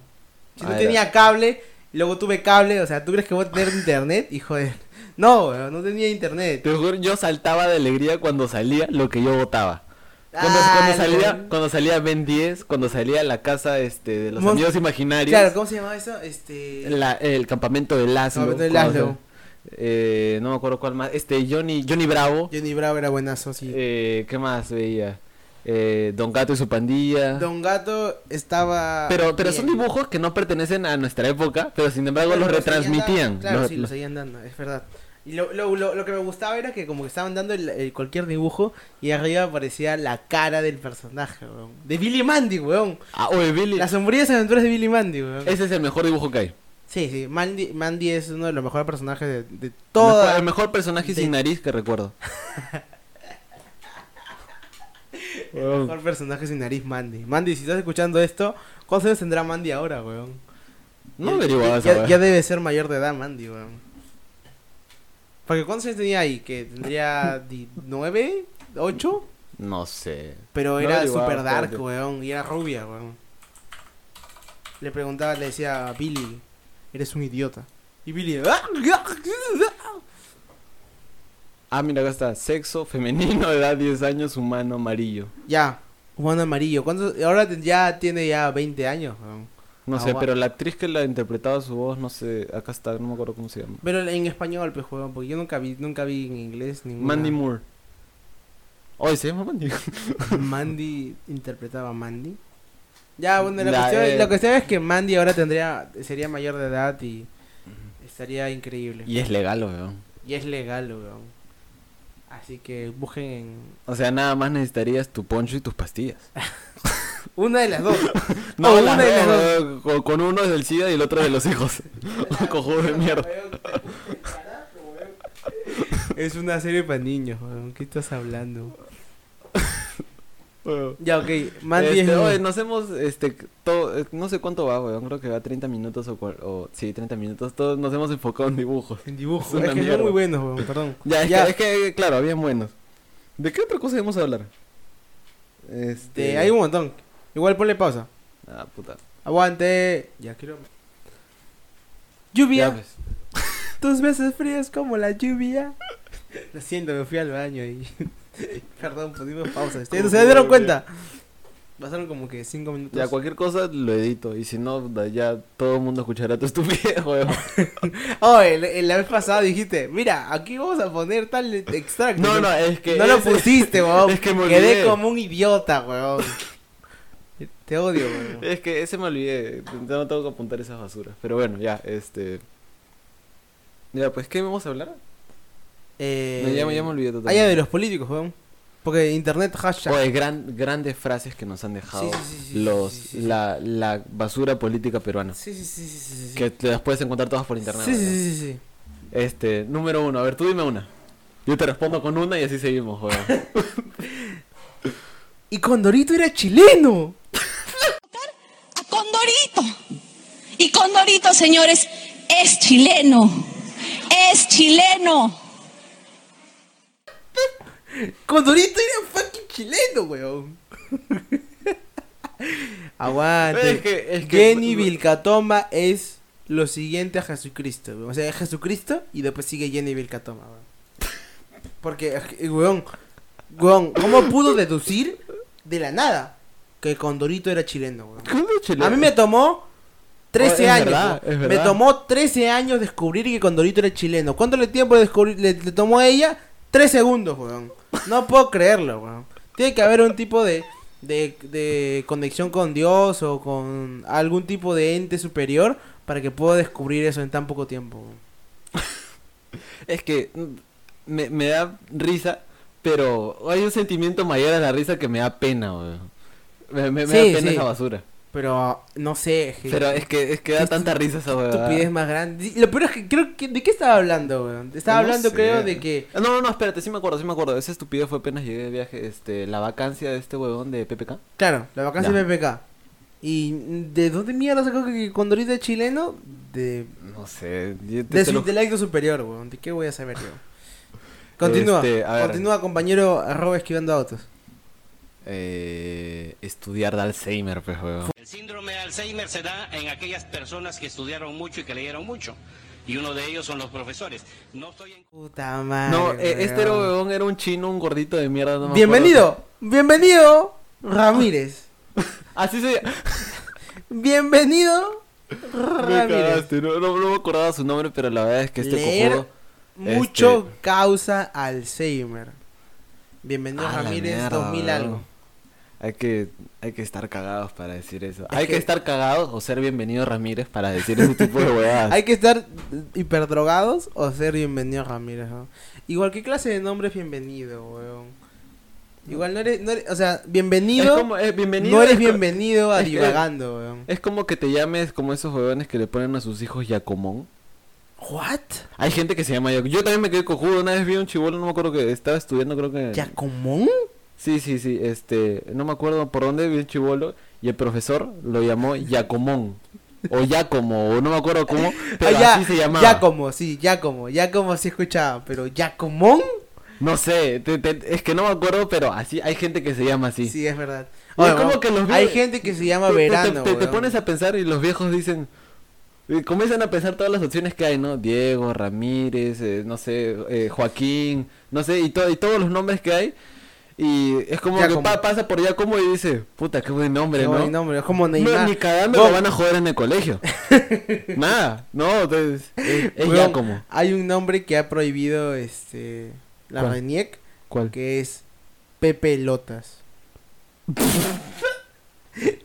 D: Si no
E: Ah, era.
D: tenía cable, luego tuve cable, o sea, ¿tú crees que voy a tener internet? Y joder, no, weón, no tenía internet.
E: Te juro, yo saltaba de alegría cuando salía lo que yo votaba. Cuando,
D: Ah,
E: cuando
D: el-
E: salía, cuando salía Ben 10, cuando salía la casa este, de los
D: Mon-
E: amigos imaginarios,
D: Claro, ¿cómo se llamaba eso? Este...
E: la- el campamento de Laszlo,
D: Campamento de
E: cuando
D: Laszlo.
E: se- eh, no me acuerdo cuál más, este Johnny, Johnny Bravo,
D: Johnny Bravo era buenazo, sí.
E: eh, ¿qué más veía? Eh, Don Gato y su pandilla.
D: Don Gato estaba...
E: Pero, pero son
D: bien.
E: dibujos que no pertenecen a nuestra época, pero sin embargo
D: Pero
E: los
D: lo seguían
E: retransmitían.
D: dando, Claro,
E: Los-
D: sí, lo seguían dando, es verdad. Y lo, lo, lo, lo que me gustaba era que como que estaban dando el, el cualquier dibujo y arriba aparecía la cara del personaje, weón. De Billy Mandy, weón.
E: Ah, oye, Billy,
D: Las sombrías aventuras de Billy Mandy, weón.
E: ese es el mejor dibujo que hay.
D: Sí, sí, Mandy, Mandy es uno de los mejores personajes de, de
E: El mejor-
D: toda...
E: el mejor personaje
D: de-
E: sin nariz que recuerdo.
D: El mejor personaje sin nariz, Mandy. Mandy, si estás escuchando esto, ¿cuántos años tendrá Mandy ahora, weón?
E: No
D: Ya-
E: averiguaba esa
D: ya,
E: weá.
D: ya debe ser mayor de edad, Mandy, weón. Porque ¿cuántos años tenía ahí? Que tendría di- nueve, ocho,
E: No sé.
D: pero
E: No
D: era
E: averiguaba,
D: super dark,
E: espérate.
D: weón, y era rubia, weón. Le preguntaba, le decía, Billy, eres un idiota. Y Billy, "Ah, ah, ah".
E: Ah, mira, acá está. Sexo femenino, edad 10 años, humano, amarillo.
D: ya, humano amarillo. ¿Cuántos? Ahora te- ya tiene ya 20 años, weón.
E: No
D: Ah,
E: sé,
D: gua-
E: pero la actriz que la interpretaba su voz, no sé. Acá está, no me acuerdo cómo se llama.
D: Pero en español, pues, weón, porque yo nunca vi, nunca vi en inglés ninguna.
E: Mandy Moore. Oye, se llama Mandy.
D: Mandy interpretaba a Mandy. Ya, bueno, la,
E: La,
D: cuestión,
E: eh.
D: la cuestión es que Mandy ahora tendría sería mayor de edad y estaría increíble.
E: y es legal, weón.
D: Y es legal, weón. Así que busquen en-
E: O sea, nada más necesitarías tu poncho y tus pastillas.
D: una de las dos.
E: No,
D: O
E: las
D: una de las
E: dos,
D: dos.
E: weón, con, con uno es del SIDA y el otro de los hijos. Cojudo de mierda.
D: Es una serie para niños, weón. ¿Qué estás hablando? Ya, ok. Mandy
E: Este,
D: es...
E: oye, nos hemos, este, todo, eh, no sé cuánto va, weón, creo que va 30 minutos o, cua- o sí, 30 minutos, todos nos hemos enfocado en dibujos.
D: En
E: Es
D: dibujo.
E: una
D: Es que son
E: mierda.
D: muy buenos, weón. Perdón.
E: Ya, es,
D: Ya.
E: Que, es que, claro, habían buenos. ¿De qué otra cosa íbamos a hablar? Este,
D: Este, hay un montón. Igual ponle pausa.
E: Ah, puta.
D: Aguante. Ya quiero. Lluvia.
E: Ya, pues.
D: Tus besos fríos como la lluvia. Lo siento, me fui al baño y. Perdón, pusimos pausa. Ustedes no se dieron cuenta. Pasaron como que cinco minutos.
E: Ya, cualquier cosa lo edito, y si no, da- ya todo el mundo escuchará tu estupidez, weón.
D: Oh, el- el- la vez pasada dijiste, mira, aquí vamos a poner tal extracto.
E: No, no, es que...
D: No lo
E: ese-
D: pusiste, weón.
E: Es que me
D: Quedé
E: olvidé.
D: como un idiota, weón. Te odio, weón.
E: Es que ese me olvidé, no tengo que apuntar esas basuras, pero bueno, ya, este... Ya, pues, ¿qué vamos a hablar?
D: Eh,
E: No, ya, me- ya me olvidé totalmente.
D: allá Eh, de los políticos, weón. Porque internet hashtag.
E: Oye, gran, grandes frases que nos han dejado
D: Sí, sí, sí, sí,
E: los,
D: sí, sí, sí.
E: La, la basura política peruana.
D: Sí, sí, sí, sí, sí, sí, sí.
E: Que te las puedes encontrar todas por internet.
D: Sí, sí,
E: ¿verdad?
D: sí, sí.
E: Este, número uno, a ver, tú dime una. Yo te respondo con una y así seguimos, joder.
D: Y Condorito era chileno.
F: a Condorito. Y Condorito, señores, es chileno. Es chileno.
D: Condorito era fucking chileno, weón. Aguante.
E: Es que- es que-
D: Jenny Vilcatoma es lo siguiente a Jesucristo. weón. O sea, es Jesucristo y después sigue Jenny Vilcatoma, weón. Porque, eh, weón, weón, ¿cómo pudo deducir de la nada que Condorito era chileno, weón? A mí me tomó 13
E: Oh, es
D: años.
E: verdad,
D: ¿no?
E: es
D: me
E: verdad.
D: tomó 13 años descubrir que Condorito era chileno. ¿Cuánto le tiempo de descubrir- le, le tomó a ella? 3 segundos, weón. No puedo creerlo, weón. Tiene que haber un tipo de, de, de conexión con Dios o con algún tipo de ente superior para que pueda descubrir eso en tan poco tiempo. weón.
E: Es que mm, me, me da risa, pero hay un sentimiento mayor a la risa que me da pena, weón. Me, me- me
D: Sí,
E: da pena
D: sí.
E: esa basura.
D: Pero no sé, je-
E: Pero ah. es que, es que da
D: Qué
E: tanta risa esa huevada.
D: estupidez más grande. Y Lo peor es que creo que. ¿De qué estaba hablando, weón? Estaba
E: No
D: hablando,
E: sé.
D: creo, de que.
E: No, no, no, espérate, sí me acuerdo, sí me acuerdo. Esa estupidez fue apenas llegué de viaje, este, la vacancia de este huevón de PPK.
D: Claro, la vacancia
E: Ya.
D: de PPK. ¿Y mm, de dónde mierda sacó que Condorito es chileno? De,
E: No sé. yo te-
D: de
E: te
D: su
E: lo-
D: intelecto superior, weón. ¿De qué voy a saber yo? Continúa,
E: Este, a ver.
D: continúa, compañero arroba esquivando autos.
E: Eh, estudiar de Alzheimer, pues, huevón.
G: El síndrome de Alzheimer se da en aquellas personas que estudiaron mucho y que leyeron mucho. Y uno de ellos son los profesores. No estoy en...
D: Puta madre.
E: No, eh, este era,
D: weón.
E: huevón era un chino, un gordito de mierda. no me acuerdo.
D: Bienvenido, bienvenido, Ramírez.
E: Así se.
D: Bienvenido,
E: Me
D: Ramírez.
E: cagaste, no, no, no me acordaba su nombre, pero la verdad es que este
D: Leer
E: cojudo.
D: Mucho
E: este-
D: causa Alzheimer. Bienvenido,
E: A la
D: Ramírez,
E: mierda,
D: 2000 algo.
E: huevón. Hay que, hay que estar cagados para decir eso.
D: Es
E: hay que...
D: que-
E: estar cagados o ser bienvenido Ramírez para decir ese tipo de huevadas.
D: Hay que estar eh, hiperdrogados o ser bienvenido Ramírez. ¿no? Igual, ¿qué clase de nombre es bienvenido, weón? Igual no eres, no eres- o sea, bienvenido,
E: Es como- es bienvenido,
D: no eres
E: es co-
D: bienvenido a
E: es que-
D: divagando, weón.
E: Es como que te llames como esos huevones que le ponen a sus hijos Yacomón.
D: ¿What?
E: Hay gente que se llama Yacomón. Yo también me quedé cojudo. Una vez vi a un chivolo, no me acuerdo que estaba estudiando, creo que.
D: ¿Yacomón?
E: Sí, sí, sí. Este, no me acuerdo por dónde vi un chivolo y el profesor lo llamó Yacomón. O Yacomo, o no me acuerdo cómo, pero
D: Ah, ya,
E: así se llamaba.
D: Yacomo, sí, Yacomo, Yacomo sí escuchaba, pero ¿Yacomón?
E: No sé, te- te- es que no me acuerdo, pero así hay gente que se llama así.
D: Sí, es verdad.
E: Y es
D: Oye,
E: como
D: weón,
E: que los vie-
D: Hay gente que se llama
E: te- te-
D: verano,
E: Te, te
D: weón.
E: pones a pensar y los viejos dicen. y Comienzan a pensar todas las opciones que hay, ¿no? Diego, Ramírez, eh, no sé, eh, Joaquín, no sé, y, to- y todos los nombres que hay. Y es como
D: Giacomo.
E: que pa- pasa por allá como y dice, puta, qué buen nombre,
D: Qué
E: ¿no?
D: buen nombre, es como
E: No,
D: Neymar.
E: ni cagando
D: Vos-
E: lo van a joder en el colegio. Nada, no, entonces, es, es
D: Weón,
E: Giacomo.
D: Hay un nombre que ha prohibido este la
E: ¿Cuál?
D: RENIEC
E: ¿Cuál?
D: que es Pepe Lotas.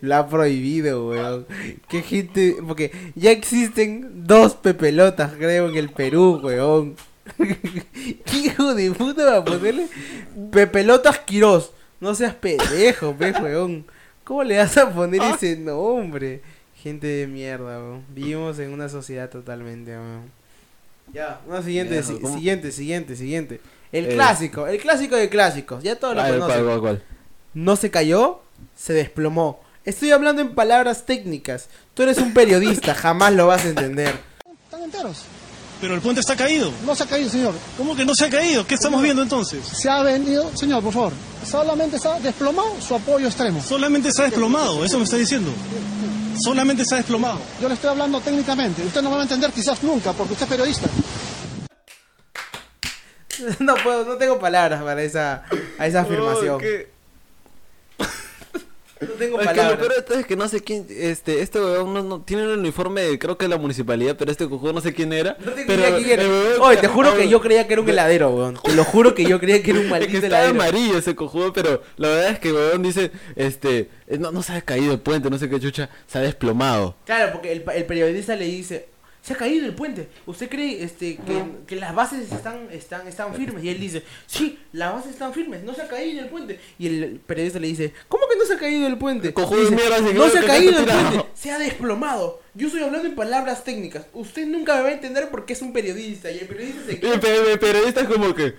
D: La ha prohibido, weón. Qué gente. Porque ya existen dos pepelotas, creo, en el Perú, weón. ¿Qué Hijo de puta va a ponerle pepelotas Quirós. No seas pendejo, pe, weón. ¿Cómo le vas a poner ese nombre? Gente de mierda, weón. Vivimos en una sociedad totalmente, weón. Ya, una siguiente,
E: Mierda,
D: si-
E: ¿cómo?
D: siguiente, siguiente, siguiente. El
E: Eh.
D: clásico, el clásico de clásicos. Ya todos lo
E: A ver, ¿cuál,
D: conocen.
E: cuál, cuál?
D: No se cayó, se desplomó. Estoy hablando en palabras técnicas. Tú eres un periodista, jamás lo vas a entender.
H: Están enteros.
I: Pero el puente está caído.
H: No se ha caído, señor.
I: ¿Cómo que no se ha caído? ¿Qué estamos viendo entonces?
H: Se ha vendido, señor, por favor. Solamente se ha desplomado su apoyo extremo.
I: Solamente se ha desplomado, eso me está diciendo. Solamente se ha desplomado.
H: Yo le estoy hablando técnicamente. Usted no me va a entender quizás nunca, porque usted es periodista.
D: No puedo, no tengo palabras para esa, a esa afirmación. No tengo
E: Es que lo
D: palabras.
E: peor de todo es que no sé quién, este, este weón no, no- tiene un uniforme, de, creo que de la municipalidad, pero este cojudo no sé quién era.
D: No tengo
E: pero
D: idea quién era.
E: el weón-
D: Oye, te juro
E: ah,
D: que yo creía que era un heladero, weón. Te lo juro que yo creía que era un
E: es que
D: maldito
E: estaba
D: heladero.
E: amarillo ese cojudo, pero la verdad es que weón dice, este, eh, no, no se ha caído el puente, no sé qué chucha, se ha desplomado.
D: Claro, porque el, el periodista le dice, se ha caído el puente. ¿Usted cree este, que, que las bases están, están, están firmes? Y él dice, sí, las bases están firmes, no se ha caído el puente. Y el periodista le dice, ¿cómo que no se ha caído el puente?
E: Cojudo
D: Dice,
E: de mierda, se
D: no
E: quedó-
D: se ha
E: que
D: caído el
E: está tirado".
D: puente, se ha desplomado. Yo estoy hablando en palabras técnicas. Usted nunca me va a entender porque es un periodista. Y el periodista se
E: Y el, pe- el periodista es como que,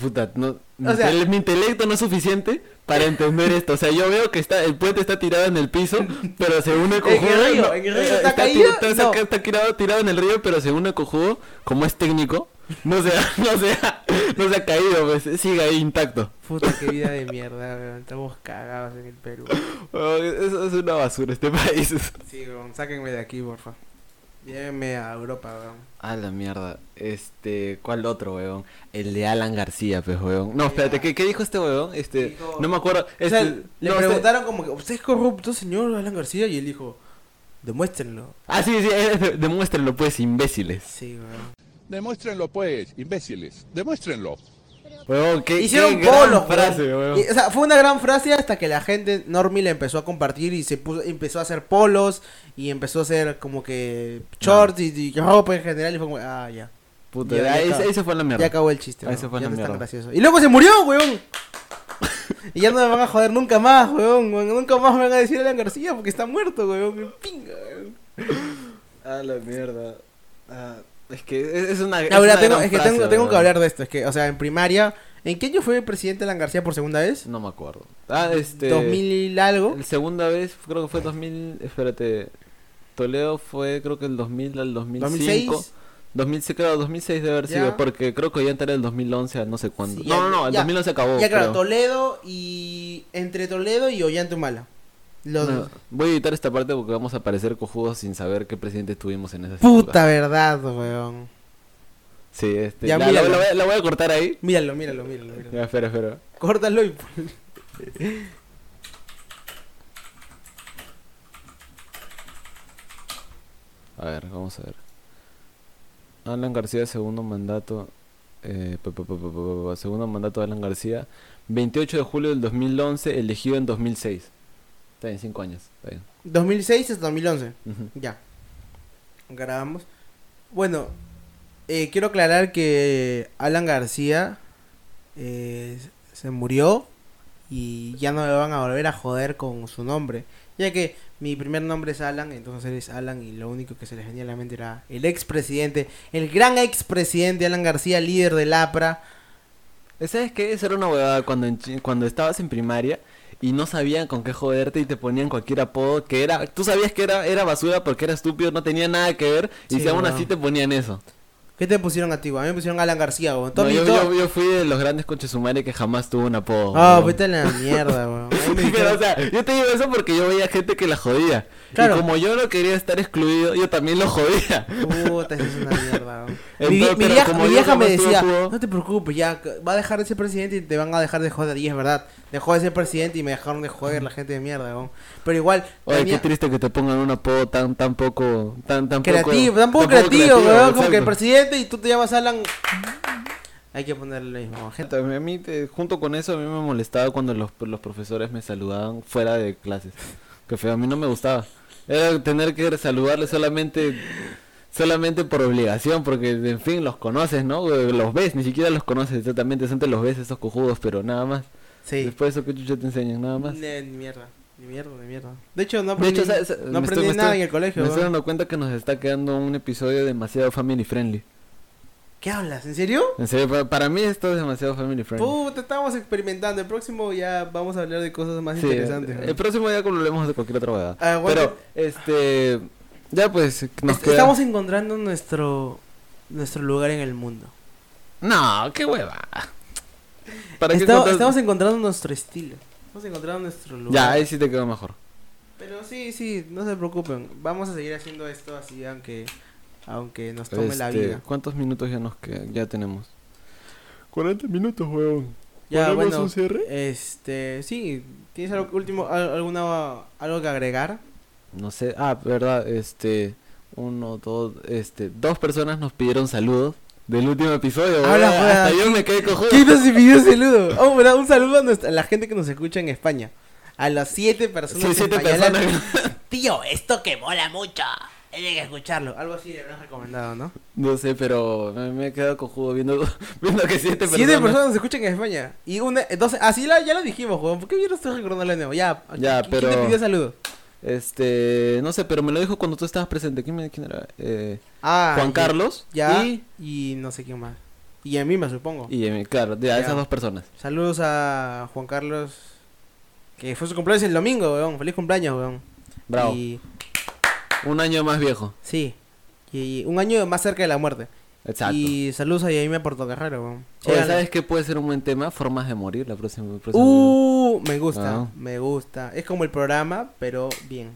E: puta, no, mi,
D: sea-
E: tele- mi intelecto no es suficiente para entender esto. O sea, yo veo que está, el puente está tirado en el piso, pero según el cojudo...
D: río,
E: no-
D: en el río
E: eh,
D: está
E: tu-
D: caído,
E: Está,
D: no.
E: saca- está tirado, tirado en el río, pero según el cojudo, como es técnico, no se ha, no se ha, no se ha caído, pues, sigue ahí intacto.
D: Puta, qué vida de mierda, weón. Estamos cagados en el Perú.
E: Weón, Eso Oh, es una basura este país.
D: Sí, weón, sáquenme de aquí, porfa. Llévenme a Europa, weón.
E: A la mierda. Este, ¿cuál otro, weón? El de Alan García, pues, weón. No, espérate, ¿qué, qué dijo este weón? Este,
D: Ah. Dijo-
E: no me acuerdo.
D: O sea,
E: este,
D: le
E: no, este-
D: preguntaron como que, ¿usted es corrupto, señor Alan García? Y él dijo, demuéstrenlo.
E: Ah, sí, sí, eh, eh, demuéstrenlo pues, imbéciles.
D: Sí, weón.
J: Demuéstrenlo pues, imbéciles. Demuéstrenlo.
E: Weón, qué,
D: Hicieron
E: qué gran
D: polos,
E: frase,
D: weón.
E: weón.
D: Y, o sea, fue una gran frase hasta que la gente normie la empezó a compartir y se puso, empezó a hacer polos y empezó a hacer como que shorts y, y ropa en general y fue como, ah, ya.
E: Puta,
D: Ya, ya
E: ahí,
D: acabó.
E: ahí se fue la mierda.
D: Ya acabó el chiste.
E: Ahí
D: weón.
E: se fue
D: ya
E: la
D: no es tan
E: mierda.
D: gracioso. Y luego se murió, weón. Y ya no me van a joder nunca más, weón. weón. Nunca más me van a decir Alan García porque está muerto, weón. Qué pinga, weón.
E: Ah, la mierda. Ah, es que es, es una. es
D: Ahora
E: una
D: tengo,
E: gran
D: es que
E: frase,
D: tengo, tengo que
E: ¿verdad?
D: hablar de esto. Es que, o sea, en primaria. ¿En qué año fue presidente Alan García por segunda vez?
E: No me acuerdo. Ah, este.
D: 2000 y algo.
E: La segunda vez creo que fue 2000. Espérate. Toledo fue creo que el 2000 al 2005.
D: 2006.
E: 2006, creo, 2006 debe haber
D: Ya.
E: sido, porque creo que ya entré el 2011 a no sé cuándo.
D: Sí,
E: no,
D: ya-
E: no, no, el
D: ya.
E: 2011 acabó.
D: Ya, claro,
E: creo.
D: Toledo y. Entre Toledo y Ollantumala. Los
E: No,
D: dos.
E: voy a editar esta parte porque vamos a parecer cojudos sin saber qué presidente estuvimos en esa
D: Puta verdad, weón.
E: Sí, este.
D: Ya,
E: la, la-
D: míralo.
E: la voy a- la voy a cortar ahí.
D: Míralo, míralo, míralo. míralo.
E: Ya, espera, espera.
D: Córtalo y.
E: A ver, vamos a ver. Alan García, segundo mandato. eh, pa, pa, pa, pa, pa, pa, pa, segundo mandato de Alan García. 28 de julio del 2011, elegido en 2006. Está bien, 5 años. Está bien.
D: 2006 hasta 2011.
E: Ujú.
D: Ya. Grabamos. Bueno, eh, quiero aclarar que Alan García eh, se murió y ya no me van a volver a joder con su nombre. Ya que mi primer nombre es Alan, entonces es Alan y lo único que se les venía a la mente era el expresidente, el gran expresidente Alan García, líder del APRA.
E: Eh, ¿Sabes qué? Eso era una huevada cuando, en chi- cuando estabas en primaria y no sabían con qué joderte y te ponían cualquier apodo que era... Tú sabías que era, era basura porque era estúpido, no tenía nada que ver y
D: Sí,
E: si aún
D: huevón.
E: así te ponían eso.
D: ¿Qué te pusieron a ti? güey? A mí me pusieron Alan García, güey. Tommy,
E: No, yo,
D: to-
E: yo- yo fui de los grandes conchesumares que jamás tuvo un apodo.
D: Ah,
E: huevón.
D: vete a la mierda, weón.
E: Pero, o sea, yo te digo eso porque yo veía gente que la jodía.
D: Claro.
E: Y como yo no quería estar excluido, yo también lo jodía.
D: Puta, eso es una mierda. weón.
E: Entonces,
D: mi, vie- mi
E: pero
D: vieja,
E: como
D: mi
E: yo
D: vieja me
E: jamás tuve
D: decía,
E: jugo-
D: no te preocupes, ya c- va a dejar de ser presidente y te van a dejar de joder. Y es verdad, dejó de ser presidente y me dejaron de joder la gente de mierda, weón. Pero igual,
E: Oye,
D: tenía-
E: qué triste que te pongan un apodo tan, tan poco, tan, tan poco-
D: creativo, tampoco creativo, weón. Como que el
E: exacto.
D: presidente y tú te llamas Alan. Hay que ponerle lo mismo, gente.
E: A mí, te- junto con eso, a mí me molestaba cuando los, los profesores me saludaban fuera de clases. Que feo, a mí no me gustaba. Era tener que saludarles solamente solamente por obligación, porque en fin, los conoces, ¿no? Eh, Los ves, ni siquiera los conoces exactamente, solamente los ves esos cojudos, pero nada más.
D: Sí.
E: Después de eso que chucha te enseñan, nada más.
D: Ni, ni mierda, ni mierda, ni mierda. De hecho, no
E: De
D: aprendí,
E: hecho, sa- sa-
D: no
E: me
D: aprendí
E: estoy- me
D: nada
E: estoy-
D: en el colegio,
E: Me estoy
D: weón.
E: dando cuenta que nos está quedando un episodio demasiado family friendly.
D: ¿Qué hablas? ¿En serio?
E: En serio, pa- para mí esto es demasiado family friendly.
D: Puta, estamos experimentando. El próximo ya vamos a hablar de cosas más
E: Sí,
D: interesantes.
E: el-
D: weón.
E: El próximo día hablemos de cualquier otra huevada.
D: Ah, bueno.
E: Pero, este. Ya pues, nos
D: Est-
E: queda-
D: Estamos encontrando nuestro nuestro lugar en el mundo.
E: No, qué hueva. ¿Para qué
D: Esta-
E: contar-
D: Estamos encontrando nuestro estilo. Estamos encontrando nuestro
E: Ya, eh.
D: lugar.
E: ahí sí te quedó mejor.
D: Pero sí, sí, no se preocupen. Vamos a seguir haciendo esto así aunque aunque nos tome la
E: Este,
D: vida.
E: ¿Cuántos minutos ya nos quedan? Ya tenemos. 40 minutos, huevón.
D: Ya,
E: ¿ponemos
D: bueno,
E: un cierre?
D: este, sí, ¿tienes algo último al- alguna algo que agregar?
E: No sé. Ah, verdad, este. Uno, dos, este. Dos personas nos pidieron saludos del último episodio.
D: Habla,
E: huevón.
D: Ah, huevada,
E: Hasta yo
D: ¿qué-
E: me quedé cojudo.
D: ¿Quién nos pidió un saludo? Oh, bueno, un saludo a, nuestra- a la gente que nos escucha en España. A las siete personas
E: Sí,
D: en
E: siete
D: España.
E: personas.
D: Tío, esto que mola mucho. Tienen que escucharlo. Algo así le habrán recomendado, ¿no?
E: No sé, pero me, me he quedado cojudo viendo, viendo que siete personas.
D: Siete personas nos escuchan en España. Y una, eh, entonces, así la, ya lo dijimos, weón. ¿Por qué yo no estoy recordándolo de nuevo? Ya,
E: Ya,
D: ¿quién
E: pero-
D: te pidió saludo?
E: Este, no sé, pero me lo dijo cuando tú estabas presente. ¿Quién, me- quién era? Eh,
D: Ah,
E: Juan
D: y-
E: Carlos.
D: Ya.
E: Y,
D: Y... no sé quién más. Y a mí me supongo.
E: y Emi, claro, de a
D: Ya.
E: esas dos personas.
D: Saludos a Juan Carlos. Que fue su cumpleaños el domingo, weón. Feliz cumpleaños, weón.
E: Bravo.
D: Y
E: Un año más viejo.
D: sí. Y un año más cerca de la muerte.
E: Exacto.
D: Y saludos a Yaime Portocarrero, weón.
E: Oye,
D: Síganlo.
E: ¿sabes qué puede ser un buen tema? Formas de morir la próxima. el próximo-
D: Uh, me gusta,
E: Ah.
D: me gusta. Es como el programa, pero bien.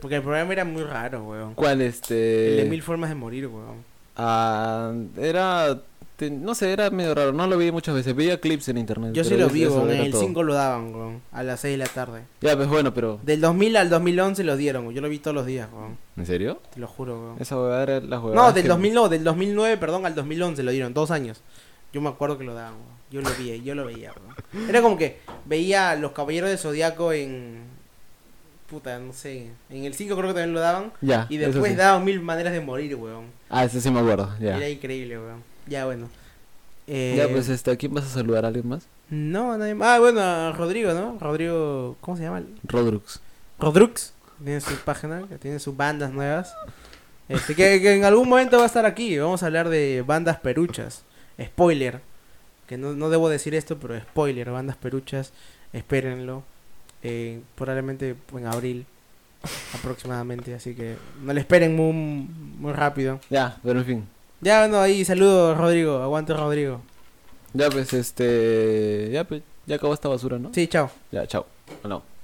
D: Porque el programa era muy raro, weón.
E: ¿Cuál este?
D: El de mil formas de morir, weón.
E: Ah, era te- no sé, era medio raro, no lo vi muchas veces. Veía clips en internet.
D: Yo sí
E: pero
D: lo
E: eso-
D: vi,
E: eso
D: weón. En
E: era
D: el
E: todo.
D: 5 lo daban, weón. A las 6 de la tarde.
E: Ya, pues bueno, pero
D: Del 2000 al 2011 lo dieron, weón. Yo lo vi todos los días, weón.
E: ¿en serio?
D: Te lo juro, weón.
E: Esa huevada era la huevada.
D: No, del,
E: que-
D: 2000, no, del 2009, perdón, al 2011 lo dieron. Dos años. Yo me acuerdo que lo daban, weón. Yo lo vi, yo lo veía, weón. Era como que veía a los Caballeros del Zodiaco en... Puta, no sé. En el 5 creo que también lo daban.
E: Ya.
D: Y
E: eso
D: después
E: sí.
D: daban mil maneras de morir, weón.
E: Ah, eso sí me acuerdo, ya. pues,
D: Era increíble, weón. Ya, bueno. Eh,
E: Ya, pues este, ¿a quién vas a saludar? ¿A alguien más?
D: No, nadie más. Ah, bueno, a Rodrigo, ¿no? Rodrigo, ¿cómo se llama?
E: Rodrux.
D: Rodrux. Tiene su página, que tiene sus bandas nuevas. Este, que, que en algún momento va a estar aquí. Vamos a hablar de bandas peruchas. Spoiler. Que no, no debo decir esto, pero spoiler. Bandas peruchas, espérenlo. Eh, probablemente en abril aproximadamente. Así que no le esperen muy, muy rápido.
E: Ya, pero en fin.
D: Ya, bueno, ahí saludos, Rodrigo. Aguante, Rodrigo.
E: Ya pues, este. Ya pues, ya acabó esta basura, ¿no?
D: Sí, chao.
E: Ya, chao. No.